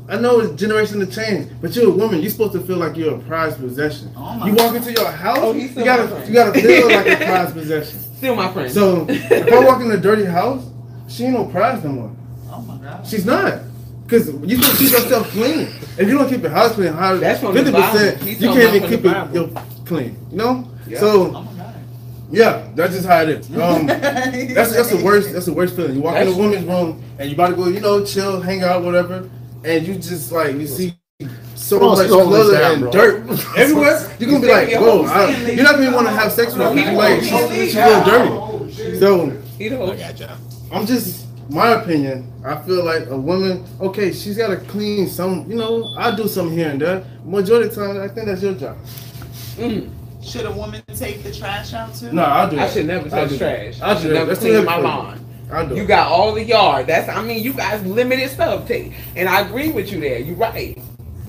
H: I know it's generation to change, but you're a woman. You're supposed to feel like you're a prized possession.
N: my
H: you walk into your house,
I: Oh, he's
H: you
I: still my
H: gotta
I: friend.
H: you gotta feel like a prized possession.
I: Still my friend.
H: So if I walk in a dirty house, she ain't no prize no more.
N: Oh my god.
H: She's not. Cause you don't keep yourself clean. If you don't keep your house clean, how
I: That's from the
H: fifty percent
I: Bible. He's
H: you
I: talking about
H: can't even
I: from
H: keep
I: the
H: it your clean. You know?
N: Oh
H: So yeah, that's just how it is. Um, that's that's the worst. That's the worst feeling. You walk in a
I: That's-
H: woman's room and you about to go, you know, chill, hang out, whatever, and you just like you see so
M: Cross
H: much
M: all this
H: clutter
M: down,
H: and
M: bro.
H: dirt everywhere. You're gonna be like, whoa, I, you're not gonna want to have sex with her. You're like, she's, she's a little dirty. So I'm just my opinion. I feel like a woman. Okay, she's got to clean some. You know, I do some here and there. Majority of the time, I think that's your job.
N: Should a woman take the trash out too?
H: No, I'll do
I: I
H: it.
I: should never
H: I'll
I: touch
H: do it.
I: trash.
H: I'll
I: I
H: do
I: should
H: it.
I: never
H: That's
I: clean
H: it
I: my
H: for you.
I: lawn.
H: I'll do
I: You
H: it.
I: got all the yard. That's I mean, you guys limited stuff take, and I agree with you there. You're right.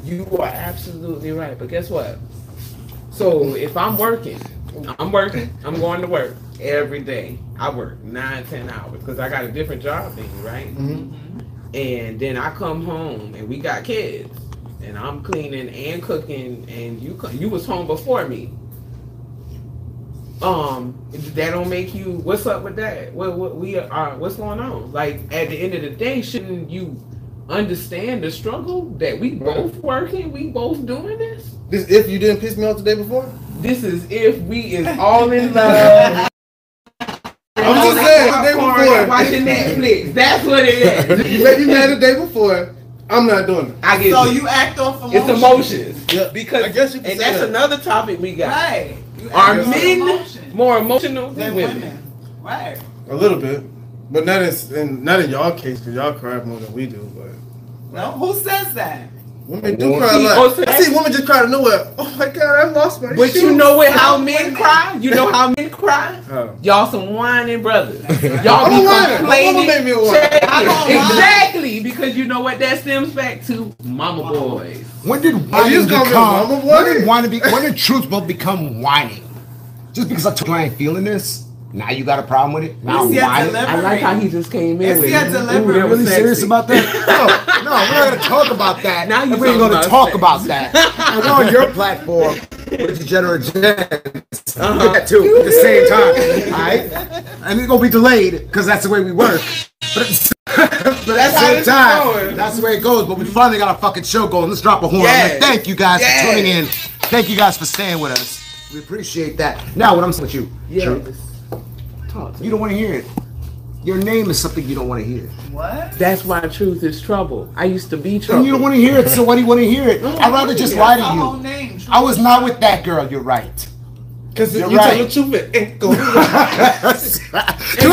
I: You are absolutely right. But guess what? So if I'm working, I'm working. I'm going to work every day. I work nine, ten hours because I got a different job than you, right? And then I come home and we got kids, and I'm cleaning and cooking, and you co- you was home before me. Um, that don't make you. What's up with that? What what we are? What's going on? Like at the end of the day, shouldn't you understand the struggle that we both working, we both doing this?
H: This if you didn't piss me off the day before.
I: This is if we is all in love.
H: I'm just saying, the day before.
I: watching Netflix. That's what it is.
H: you made me mad the day before. I'm not doing it.
I: I get
N: So
I: it.
N: you act off emotions.
I: It's emotions.
H: Yeah.
I: Because and that's another topic we got.
N: Right.
I: Are
H: act on
I: men more emotional than women?
N: Right.
H: A little bit, but not in, in not in y'all case because y'all cry more than we do. But
N: No, who says that?
H: women do cry a lot.
I: oh,
H: I see women just cry out of nowhere. Oh my god, I lost my.
I: But you
H: shoes.
I: know what? How men cry? You know how men cry? Y'all some whining brothers. Y'all
H: I'm a
I: be
H: whiner.
I: complaining.
H: Mama made me a whiner.
I: Check it.
H: I'm a whiner.
I: Exactly, because you know what that stems back to, mama boys.
A: When did
I: Oh, you
A: whining
I: just gonna be
A: become?
I: mama boy?
A: when did whining be, When did truth both become whining? Just because I told you I ain't feeling this, now you got a problem with it. Now I'm
I: It's your
A: whining.
I: delivery. I like how he just came in It's with your it. delivery.
A: Ooh, they're really
I: Sexy.
A: serious about that. No, no, we're not gonna talk about that. Now
I: you
A: we're ain't
I: talking
A: gonna
I: about
A: talk
I: sex.
A: about that. And we're on your platform with degenerate gents.
I: Uh-huh.
A: That too at the same time. All right, and it's gonna be delayed because that's the way we work. But at the same- but at
I: That's
A: the
I: how
A: same
I: this is
A: time,
I: going.
A: that's the way it goes. But we finally got a fucking show going. Let's drop a horn.
I: Yes.
A: Like, thank you guys
I: Yes.
A: for tuning in. Thank you guys for staying with us. We appreciate that. Now, what I'm saying with you,
I: Yes.
A: Drew, you don't want to hear it. Your name is something you don't want to hear.
N: What?
I: That's why truth is trouble. I used to be trouble.
A: And you don't want to hear it, so why do you want to hear it? I'd rather just lie to you. I was not with that girl. You're right.
H: Cause
A: you're
H: you tell
A: right.
H: the truth, it ain't gonna
A: Do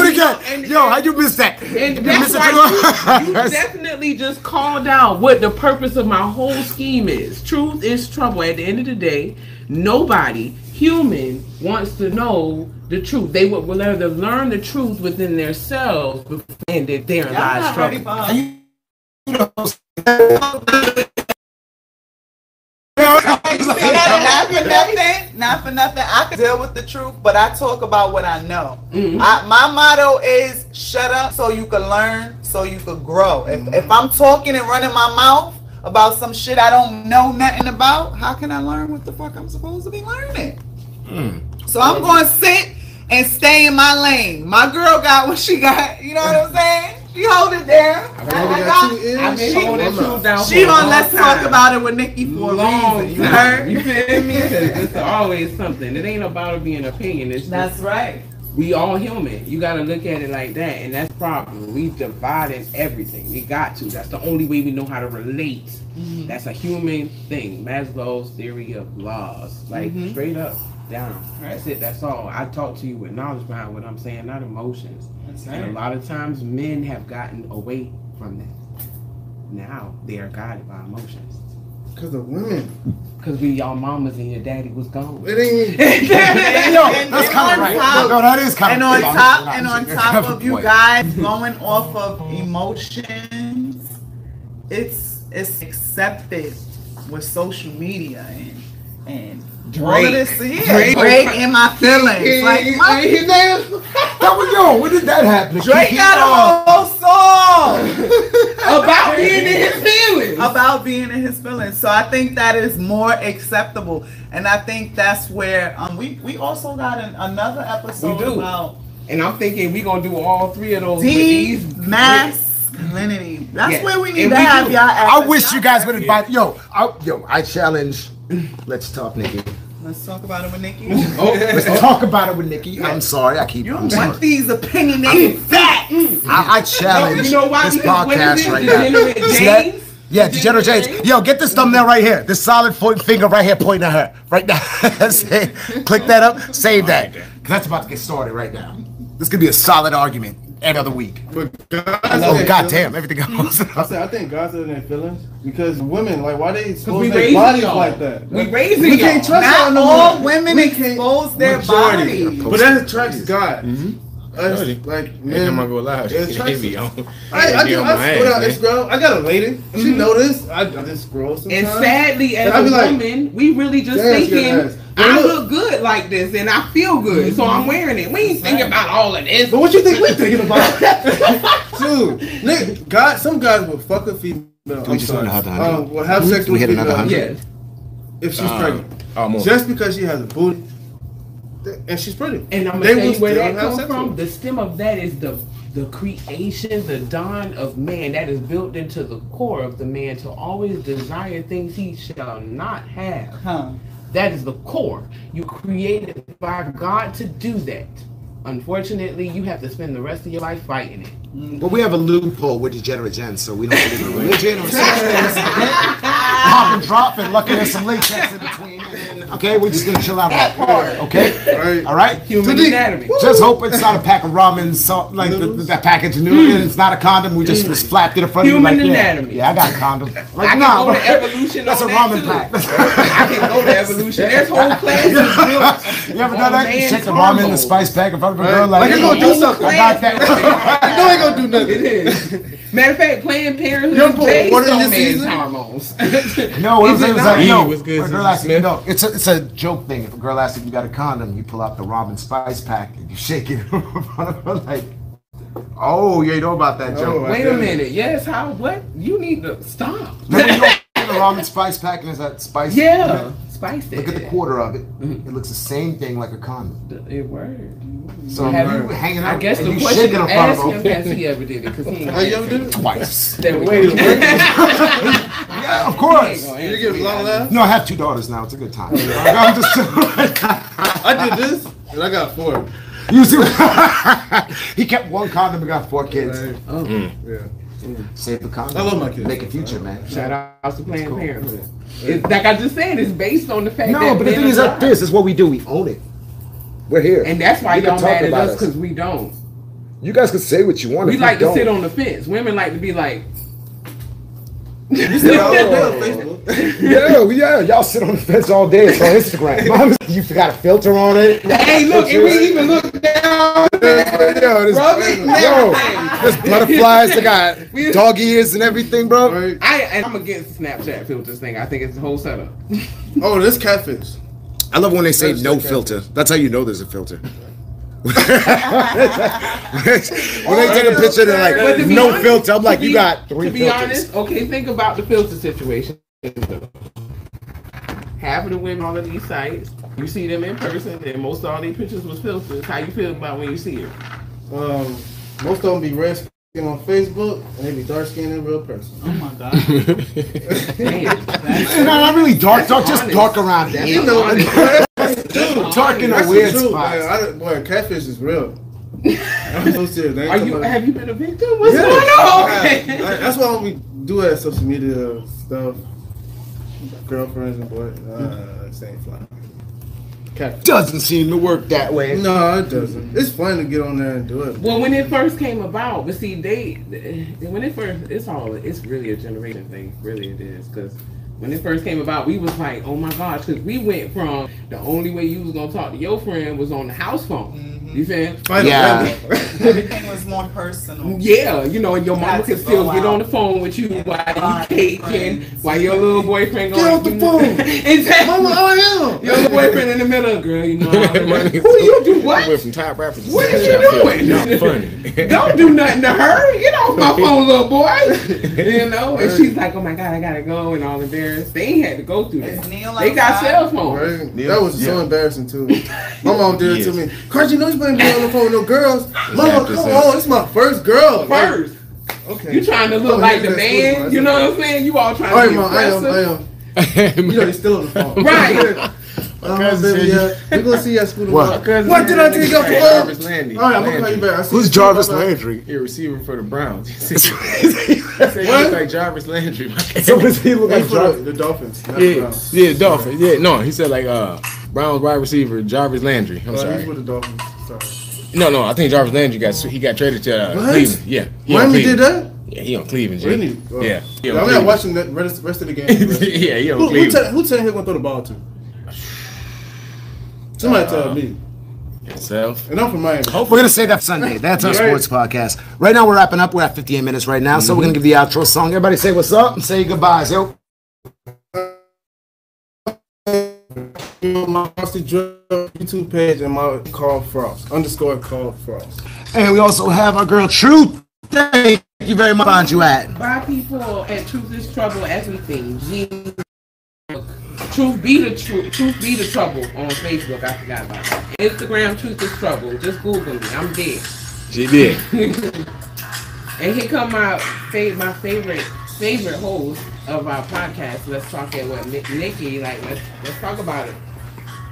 A: it again. Yo, how you miss that?
I: And
A: You
I: that's
A: miss it,
I: why you, you
A: Drew?
I: definitely just called out what the purpose of my whole scheme is. Truth is trouble. At the end of the day, nobody human wants to know the truth. They would rather learn the truth within themselves and that their lies trouble.
N: uh, not for nothing. Not for nothing. I can deal with the truth, but I talk about what I know.
I: Mhm.
N: I, my motto is shut up so you can learn, so you can grow. If, if I'm talking and running my mouth about some shit I don't know nothing about, how can I learn what the fuck I'm supposed to be learning? So I'm going to sit and stay in my lane. My girl got what she got. You know what I'm saying? She hold it down. I,
H: already
N: I
H: got
N: got-
H: two ears.
N: I
H: I've been holding
N: mean,
H: two down
N: She, she
H: for a
N: gonna
H: long
N: let's
I: time.
N: talk about it with Nikki for a
I: Long
N: reason. You
I: time.
N: heard?
I: You feel me? 'Cause It's always something. It ain't about it being opinion. It's
N: That's
I: just-
N: right.
I: We all human. You gotta look at it like that, and that's the problem. We divided everything. We got to. That's the only way we know how to relate. That's a human thing. Maslow's theory of laws, like
N: Mhm.
I: straight up, down. That's it. That's all. I talk to you with knowledge behind what I'm saying, not emotions.
N: That's
I: And a
N: right.
I: lot of times, men have gotten away from that. Now they are guided by emotions.
H: Cause of women.
I: Cause we y'all mamas and your daddy was gone.
H: It ain't.
N: And- and on top- And on top, and on top of you guys going off of emotions, it's it's accepted with social media and and all of this, yeah, Drake,
A: Drake.
N: in my feelings, like my,
A: That was yo. When did that happen?
N: Drake got a whole song
I: about being in his feelings.
N: About being in his feelings. So I think that is more acceptable, and I think that's where um we we also got an, another episode
I: We do.
N: about
I: And I'm thinking we gonna do all three of those. with
N: Deep
I: these
N: masculinity. That's
I: Yeah.
N: where we need
I: And
N: to
I: we
N: have
I: do.
N: y'all.
A: I wish you guys would invite. Yo, I, yo, I challenge. Let's talk, Nikki.
N: Let's talk about it with Nikki.
A: Oh, let's talk about it with Nikki. I'm sorry. I keep.
N: You
A: I'm
N: don't
A: sorry.
N: want these opinionated facts.
A: I, I challenge
I: You know why?
A: this
I: Because what
A: podcast
I: is it?
A: right
I: The
A: now.
I: internet
A: Just let- Yeah, Degenerate James. Yo, get this thumbnail right here. This solid point finger right here pointing at her. Right now. That's it. Click that up. Save that. 'Cause that's about to get started right now. This could be a solid argument every other week.
H: But
A: oh, goddamn. Everything goes.
H: I said, I think God's other than feelings because women, like, why they expose
A: we
H: their
A: raising
H: bodies
A: y'all.
H: like that?
A: We
H: raise
A: raising
H: We
A: y'all.
H: can't trust
A: Not
H: y'all no
A: all
H: more.
A: women
H: We can't-
A: expose their
H: majority.
A: bodies.
H: but that attracts God. Us,
B: Mm-hmm. Majority. Man,
H: like, men,
B: I'm gonna go live.
H: it attracts
B: They be
H: us.
B: on-
H: I, I,
B: they be
H: do,
B: on my
H: I scroll down
B: ass, man.
H: Instagram. I got a lady. She know this. I, I just scroll
N: And
H: sometimes.
N: sadly, as
H: And I
N: a
H: be like,
N: woman, we really just
H: Damn, she got ass.
N: thinking,
H: But
N: I
H: look-
N: look good like this and I feel good, so I'm wearing it. We ain't thinking about all of this.
H: But what you think we thinking about? Dude, nigga, God, some guys will fuck a female. I'm
D: just
H: sorry.
D: hit another hundred?
H: Um, will have
D: Do
H: sex
D: we
H: with
D: hit
H: a
D: another
H: female.
D: hundred?
H: If she's
D: Um,
H: pregnant.
D: almost.
H: Just because she has a booty. th- And she's pretty.
I: And I'm gonna tell you where that comes from. The stem of that is the the creation, the dawn of man. That is built into the core of the man to always desire things he shall not have. That is the core. You created by God to do that. Unfortunately, you have to spend the rest of your life fighting it.
A: But we have a loophole with degenerate gen, so we don't believe in religion or sex. Pop and drop and lucky there's some latex in between. Okay, we're just gonna chill out. That part. Okay, all right.
I: Human
A: Today,
I: anatomy.
A: Just hope it's not a pack of ramen, salt like the, the, that package of noodles. and It's not a condom. We just just flapped it in front
I: Hmm. Human
A: of you. like, yeah,
I: anatomy.
A: Yeah, I got a condom.
I: I
A: Like,
I: can
A: nah,
I: go
A: bro.
I: to evolution.
A: that's a
I: on
A: ramen
I: that
A: pack.
I: too. I can go to evolution. There's whole classes built.
A: You ever
I: on
A: done that? You
I: man's
A: check the ramen in the
I: hormones.
A: spice pack in front of a
I: Right.
A: girl like,
I: Like, it's gonna do
A: "Ooh,
I: something."
A: I got that.
H: I know ain't gonna do nothing.
I: It is. Matter of fact, Planned Parenthood
H: Your
I: is
H: boy
I: based
H: wanted this
I: on man's
H: season?
I: hormones.
A: No, what I'm
I: Is it
A: saying was
I: not?
A: like, no,
I: It was good,
A: when a girl asks
I: Susan
A: you, no, it's a, it's a joke thing. If a girl asks if you got a condom, you pull out the ramen spice pack and you shake it in front of her like, oh, you ain't know about that joke.
I: Wait a minute. Yes, how? What? You need to stop.
A: Remember you open the ramen spice pack and there's that spice.
I: Yeah, Mm-hmm. spice
A: Look at the quarter of it. It looks the same thing like a condom.
I: It worked.
A: So
I: Have
A: you
I: you-
A: hanging out.
I: I guess
A: and
I: the
A: you
I: question
A: shaking
I: to
A: in front of
I: ask him
A: her.
I: has he ever did it, 'cause he ain't
A: Have you ever
I: answered.
A: did it? Twice.
I: There we
A: Wait a
I: go.
A: minute. yeah, of course.
H: You get a lot of laughs?
A: No, I have two daughters now. It's a good time. I'm just.
H: I did this and I got four.
A: You see, he kept one condom and got four kids.
H: Oh.
A: Mm.
H: Yeah.
A: Save the condom.
H: I love my kids.
A: Make a future, man.
I: Shout out to Planned
A: cool.
I: Parenthood. It's, like I just said, it's based on the fact that
A: No, but the
I: men
A: thing is,
I: are
A: like this is what we do. We own it. We're here,
I: And that's why
A: You can
I: y'all
A: talk
I: mad at
A: about
I: us because we don't.
A: You guys can say what you want.
I: We
A: if
I: like
A: you
I: to sit
A: don't.
I: on the fence. Women like to be like,
A: Yeah, we- yeah, y'all sit on the fence all day. It's on Instagram. Mom, you got a filter on it.
I: hey, look, and we even look down.
A: yo, this,
I: Bro, we-
A: yo, there's butterflies. They got dog ears and everything, bro.
I: I, and I'm against Snapchat filters thing. I think it's the whole setup.
H: Oh, this catfish.
A: I love when they say no filter. That's how you know there's a filter. when they take a picture, they're
I: But to
A: like,
I: be
A: no
I: honest,
A: filter. I'm like,
I: to be-
A: you got three
I: To be
A: filters.
I: honest, okay, think about the filter situation. Half of the women on these sites, you see them in person, and most of all these pictures was filters. How you feel about when you see it?
H: Um, most of them be red skin on Facebook and they be dark skinned in real person. Oh my god.
A: It's not, not really dark, dark, just dark around here.
H: You know,
A: Dude, dark in a weird spot.
H: Man, I, don't- boy, catfish is real. I'm so serious. They ain't
I: Are
H: talking
I: you?
H: about-
I: Have you been a victim? What's
H: Yeah.
I: going on?
H: I- I- that's why we do that social media stuff. Girlfriends and boy, uh, same fly. Catfish.
A: Doesn't seem to work that way.
H: No, it doesn't. It's fun to get on there and do it.
I: Well, when it first came about, but see, they when it first, it's all it's really a generation thing, really it is, because when it first came about, we was like, oh my gosh, because we went from the only way you was gonna talk to your friend was on the house phone.
H: Mm-hmm.
I: You saying?
A: Yeah.
N: Everything was more personal.
I: Yeah, you know, and your mama could still
N: go
I: get
N: out.
I: on the phone with you while you caking, while your little boyfriend
H: Get
I: going.
H: off the phone!
I: exactly.
H: Mama, oh, I am!
I: Your little boyfriend in the middle, girl. You know, who you do what?
B: Went from top rapper to
I: What are
B: Snapchat
I: you
B: filter.
I: doing?
B: Not funny.
I: Don't do nothing to her. Get off my phone, little boy. You know, and she's like, "Oh my god, I gotta go," and all embarrassed. They ain't had to go through that.
N: Neil
I: They got
N: outside?
I: cell phones.
H: Right? That was so embarrassing too. My mom did it to me. Cause you know you ain't been on the phone with no girls. Mama,
B: after
H: come
B: sex.
H: on, it's my first girl. Like,
I: First,
H: okay.
I: you trying to look
H: Oh,
I: like
H: yeah,
I: the
H: that's cool,
I: man.
H: right?
I: You know what I'm saying? You all trying
H: All right,
I: to be
H: mom, I am,
I: impressive.
H: I am. you know, he's still on the phone.
I: Right.
H: My cousin said, Oh, yeah, we're gonna see you at school tomorrow.
A: What?
H: My cousin
A: What did I
H: said,
A: do? Got
H: hey,
A: the phone?
H: Jarvis Landry.
A: All right, I'm gonna call you
H: Landry.
A: back. I see Who's you. Jarvis
H: Bye-bye.
A: Landry?
H: He a receiver for the Browns. he said he looked like Jarvis Landry.
A: So does he look like
H: for the-
A: Jarvis-
H: The Dolphins. not the
D: Yeah,
I: oh.
H: Browns.
D: yeah, Dolphin. Yeah, no, he said like uh Browns wide receiver Jarvis Landry. I'm
H: Uh,
D: sorry.
H: He's with the Dolphins. Sorry.
D: No, no, I think Jarvis Landry got he got traded to uh,
H: What?
D: Cleveland. Yeah, he on
H: Miami did
D: Cleveland.
H: that?
D: Yeah, he on Cleveland. Jay.
H: Really? Oh.
D: Yeah, he on
H: I'm not
D: Cleveland.
H: watching the rest, rest of the game.
D: Yeah, he on
H: who, who,
D: Cleveland.
H: tell, who tell him gonna throw the ball to? Somebody
D: Uh,
H: tell me.
D: Yourself.
H: And I'm from Miami.
A: We're gonna save that for Sunday. That's our
H: Yeah.
A: sports podcast. Right now we're wrapping up. We're at 58 minutes right now, so we're gonna give the outro song. Everybody say what's up and say goodbyes. Yo.
H: my Frosty Drip YouTube page and my Carl Frost underscore Carl Frost.
A: And we also have our girl Truth. Thank you very much. Find you at.
I: Bye, people. And truth is trouble. Everything. G- Truth be the truth. Truth be the trouble on Facebook. I forgot about that. Instagram. Truth is trouble. Just Google me. I'm dead.
D: She did.
I: And here come my fa- my favorite favorite host of our podcast. Let's talk at what Nick, Nikki like. Let's let's talk about it.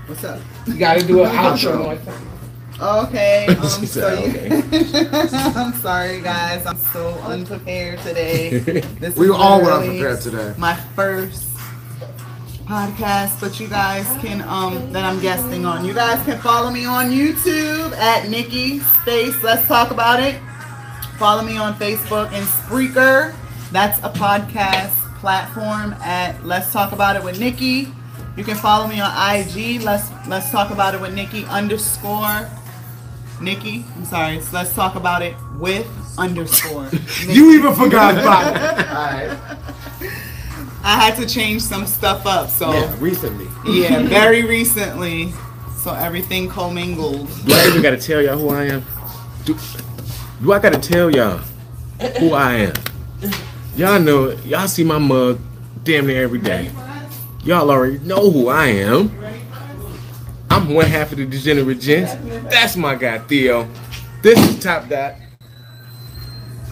N: What's up?
I: You got to do an outro. one time.
N: Okay. Um,
I: She
N: so
I: said,
N: you- I'm sorry, guys. I'm so unprepared today. This
A: We
N: is
A: all were
N: literally
A: unprepared today.
N: My first podcast, but you guys can um that I'm guesting on. You guys can follow me on YouTube at Nikki Space. Let's talk about it. Follow me on Facebook and Spreaker. That's a podcast platform at Let's Talk About It with Nikki. You can follow me on IG. Let's Let's Talk About It with Nikki underscore Nikki. I'm sorry. it's Let's Talk About It with underscore.
A: You even forgot about it.
N: I had to change some stuff up, so
H: Yeah, recently.
N: yeah, very recently. So everything commingled.
D: Do I even gotta tell y'all who I am? Do, do I gotta tell y'all who I am? Y'all know, y'all see my mug damn near every day. Y'all already know who I am. I'm one half of the Degenerate Gents. That's my guy Theo. This is Top Dot.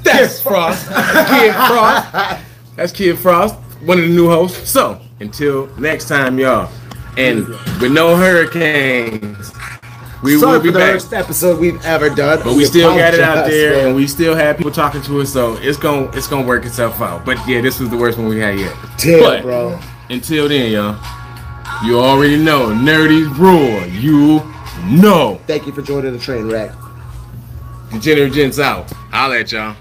D: That's Frost. Kid Frost. That's Kid Frost, one of the new hosts. So, until next time, y'all. And with no hurricanes, we
A: Sorry
D: will be
A: for the
D: back.
A: worst episode we've ever done.
D: But we still got it out
A: apologize,
D: there,
A: man.
D: and we still have people talking to us, so it's gonna it's gonna work itself out. But yeah, this was the worst one we had yet.
A: Damn,
D: but
A: bro.
D: until then, y'all, you already know nerdy rule. You know.
A: Thank you for joining the train wreck.
D: Degenerate gents out. I'll let y'all.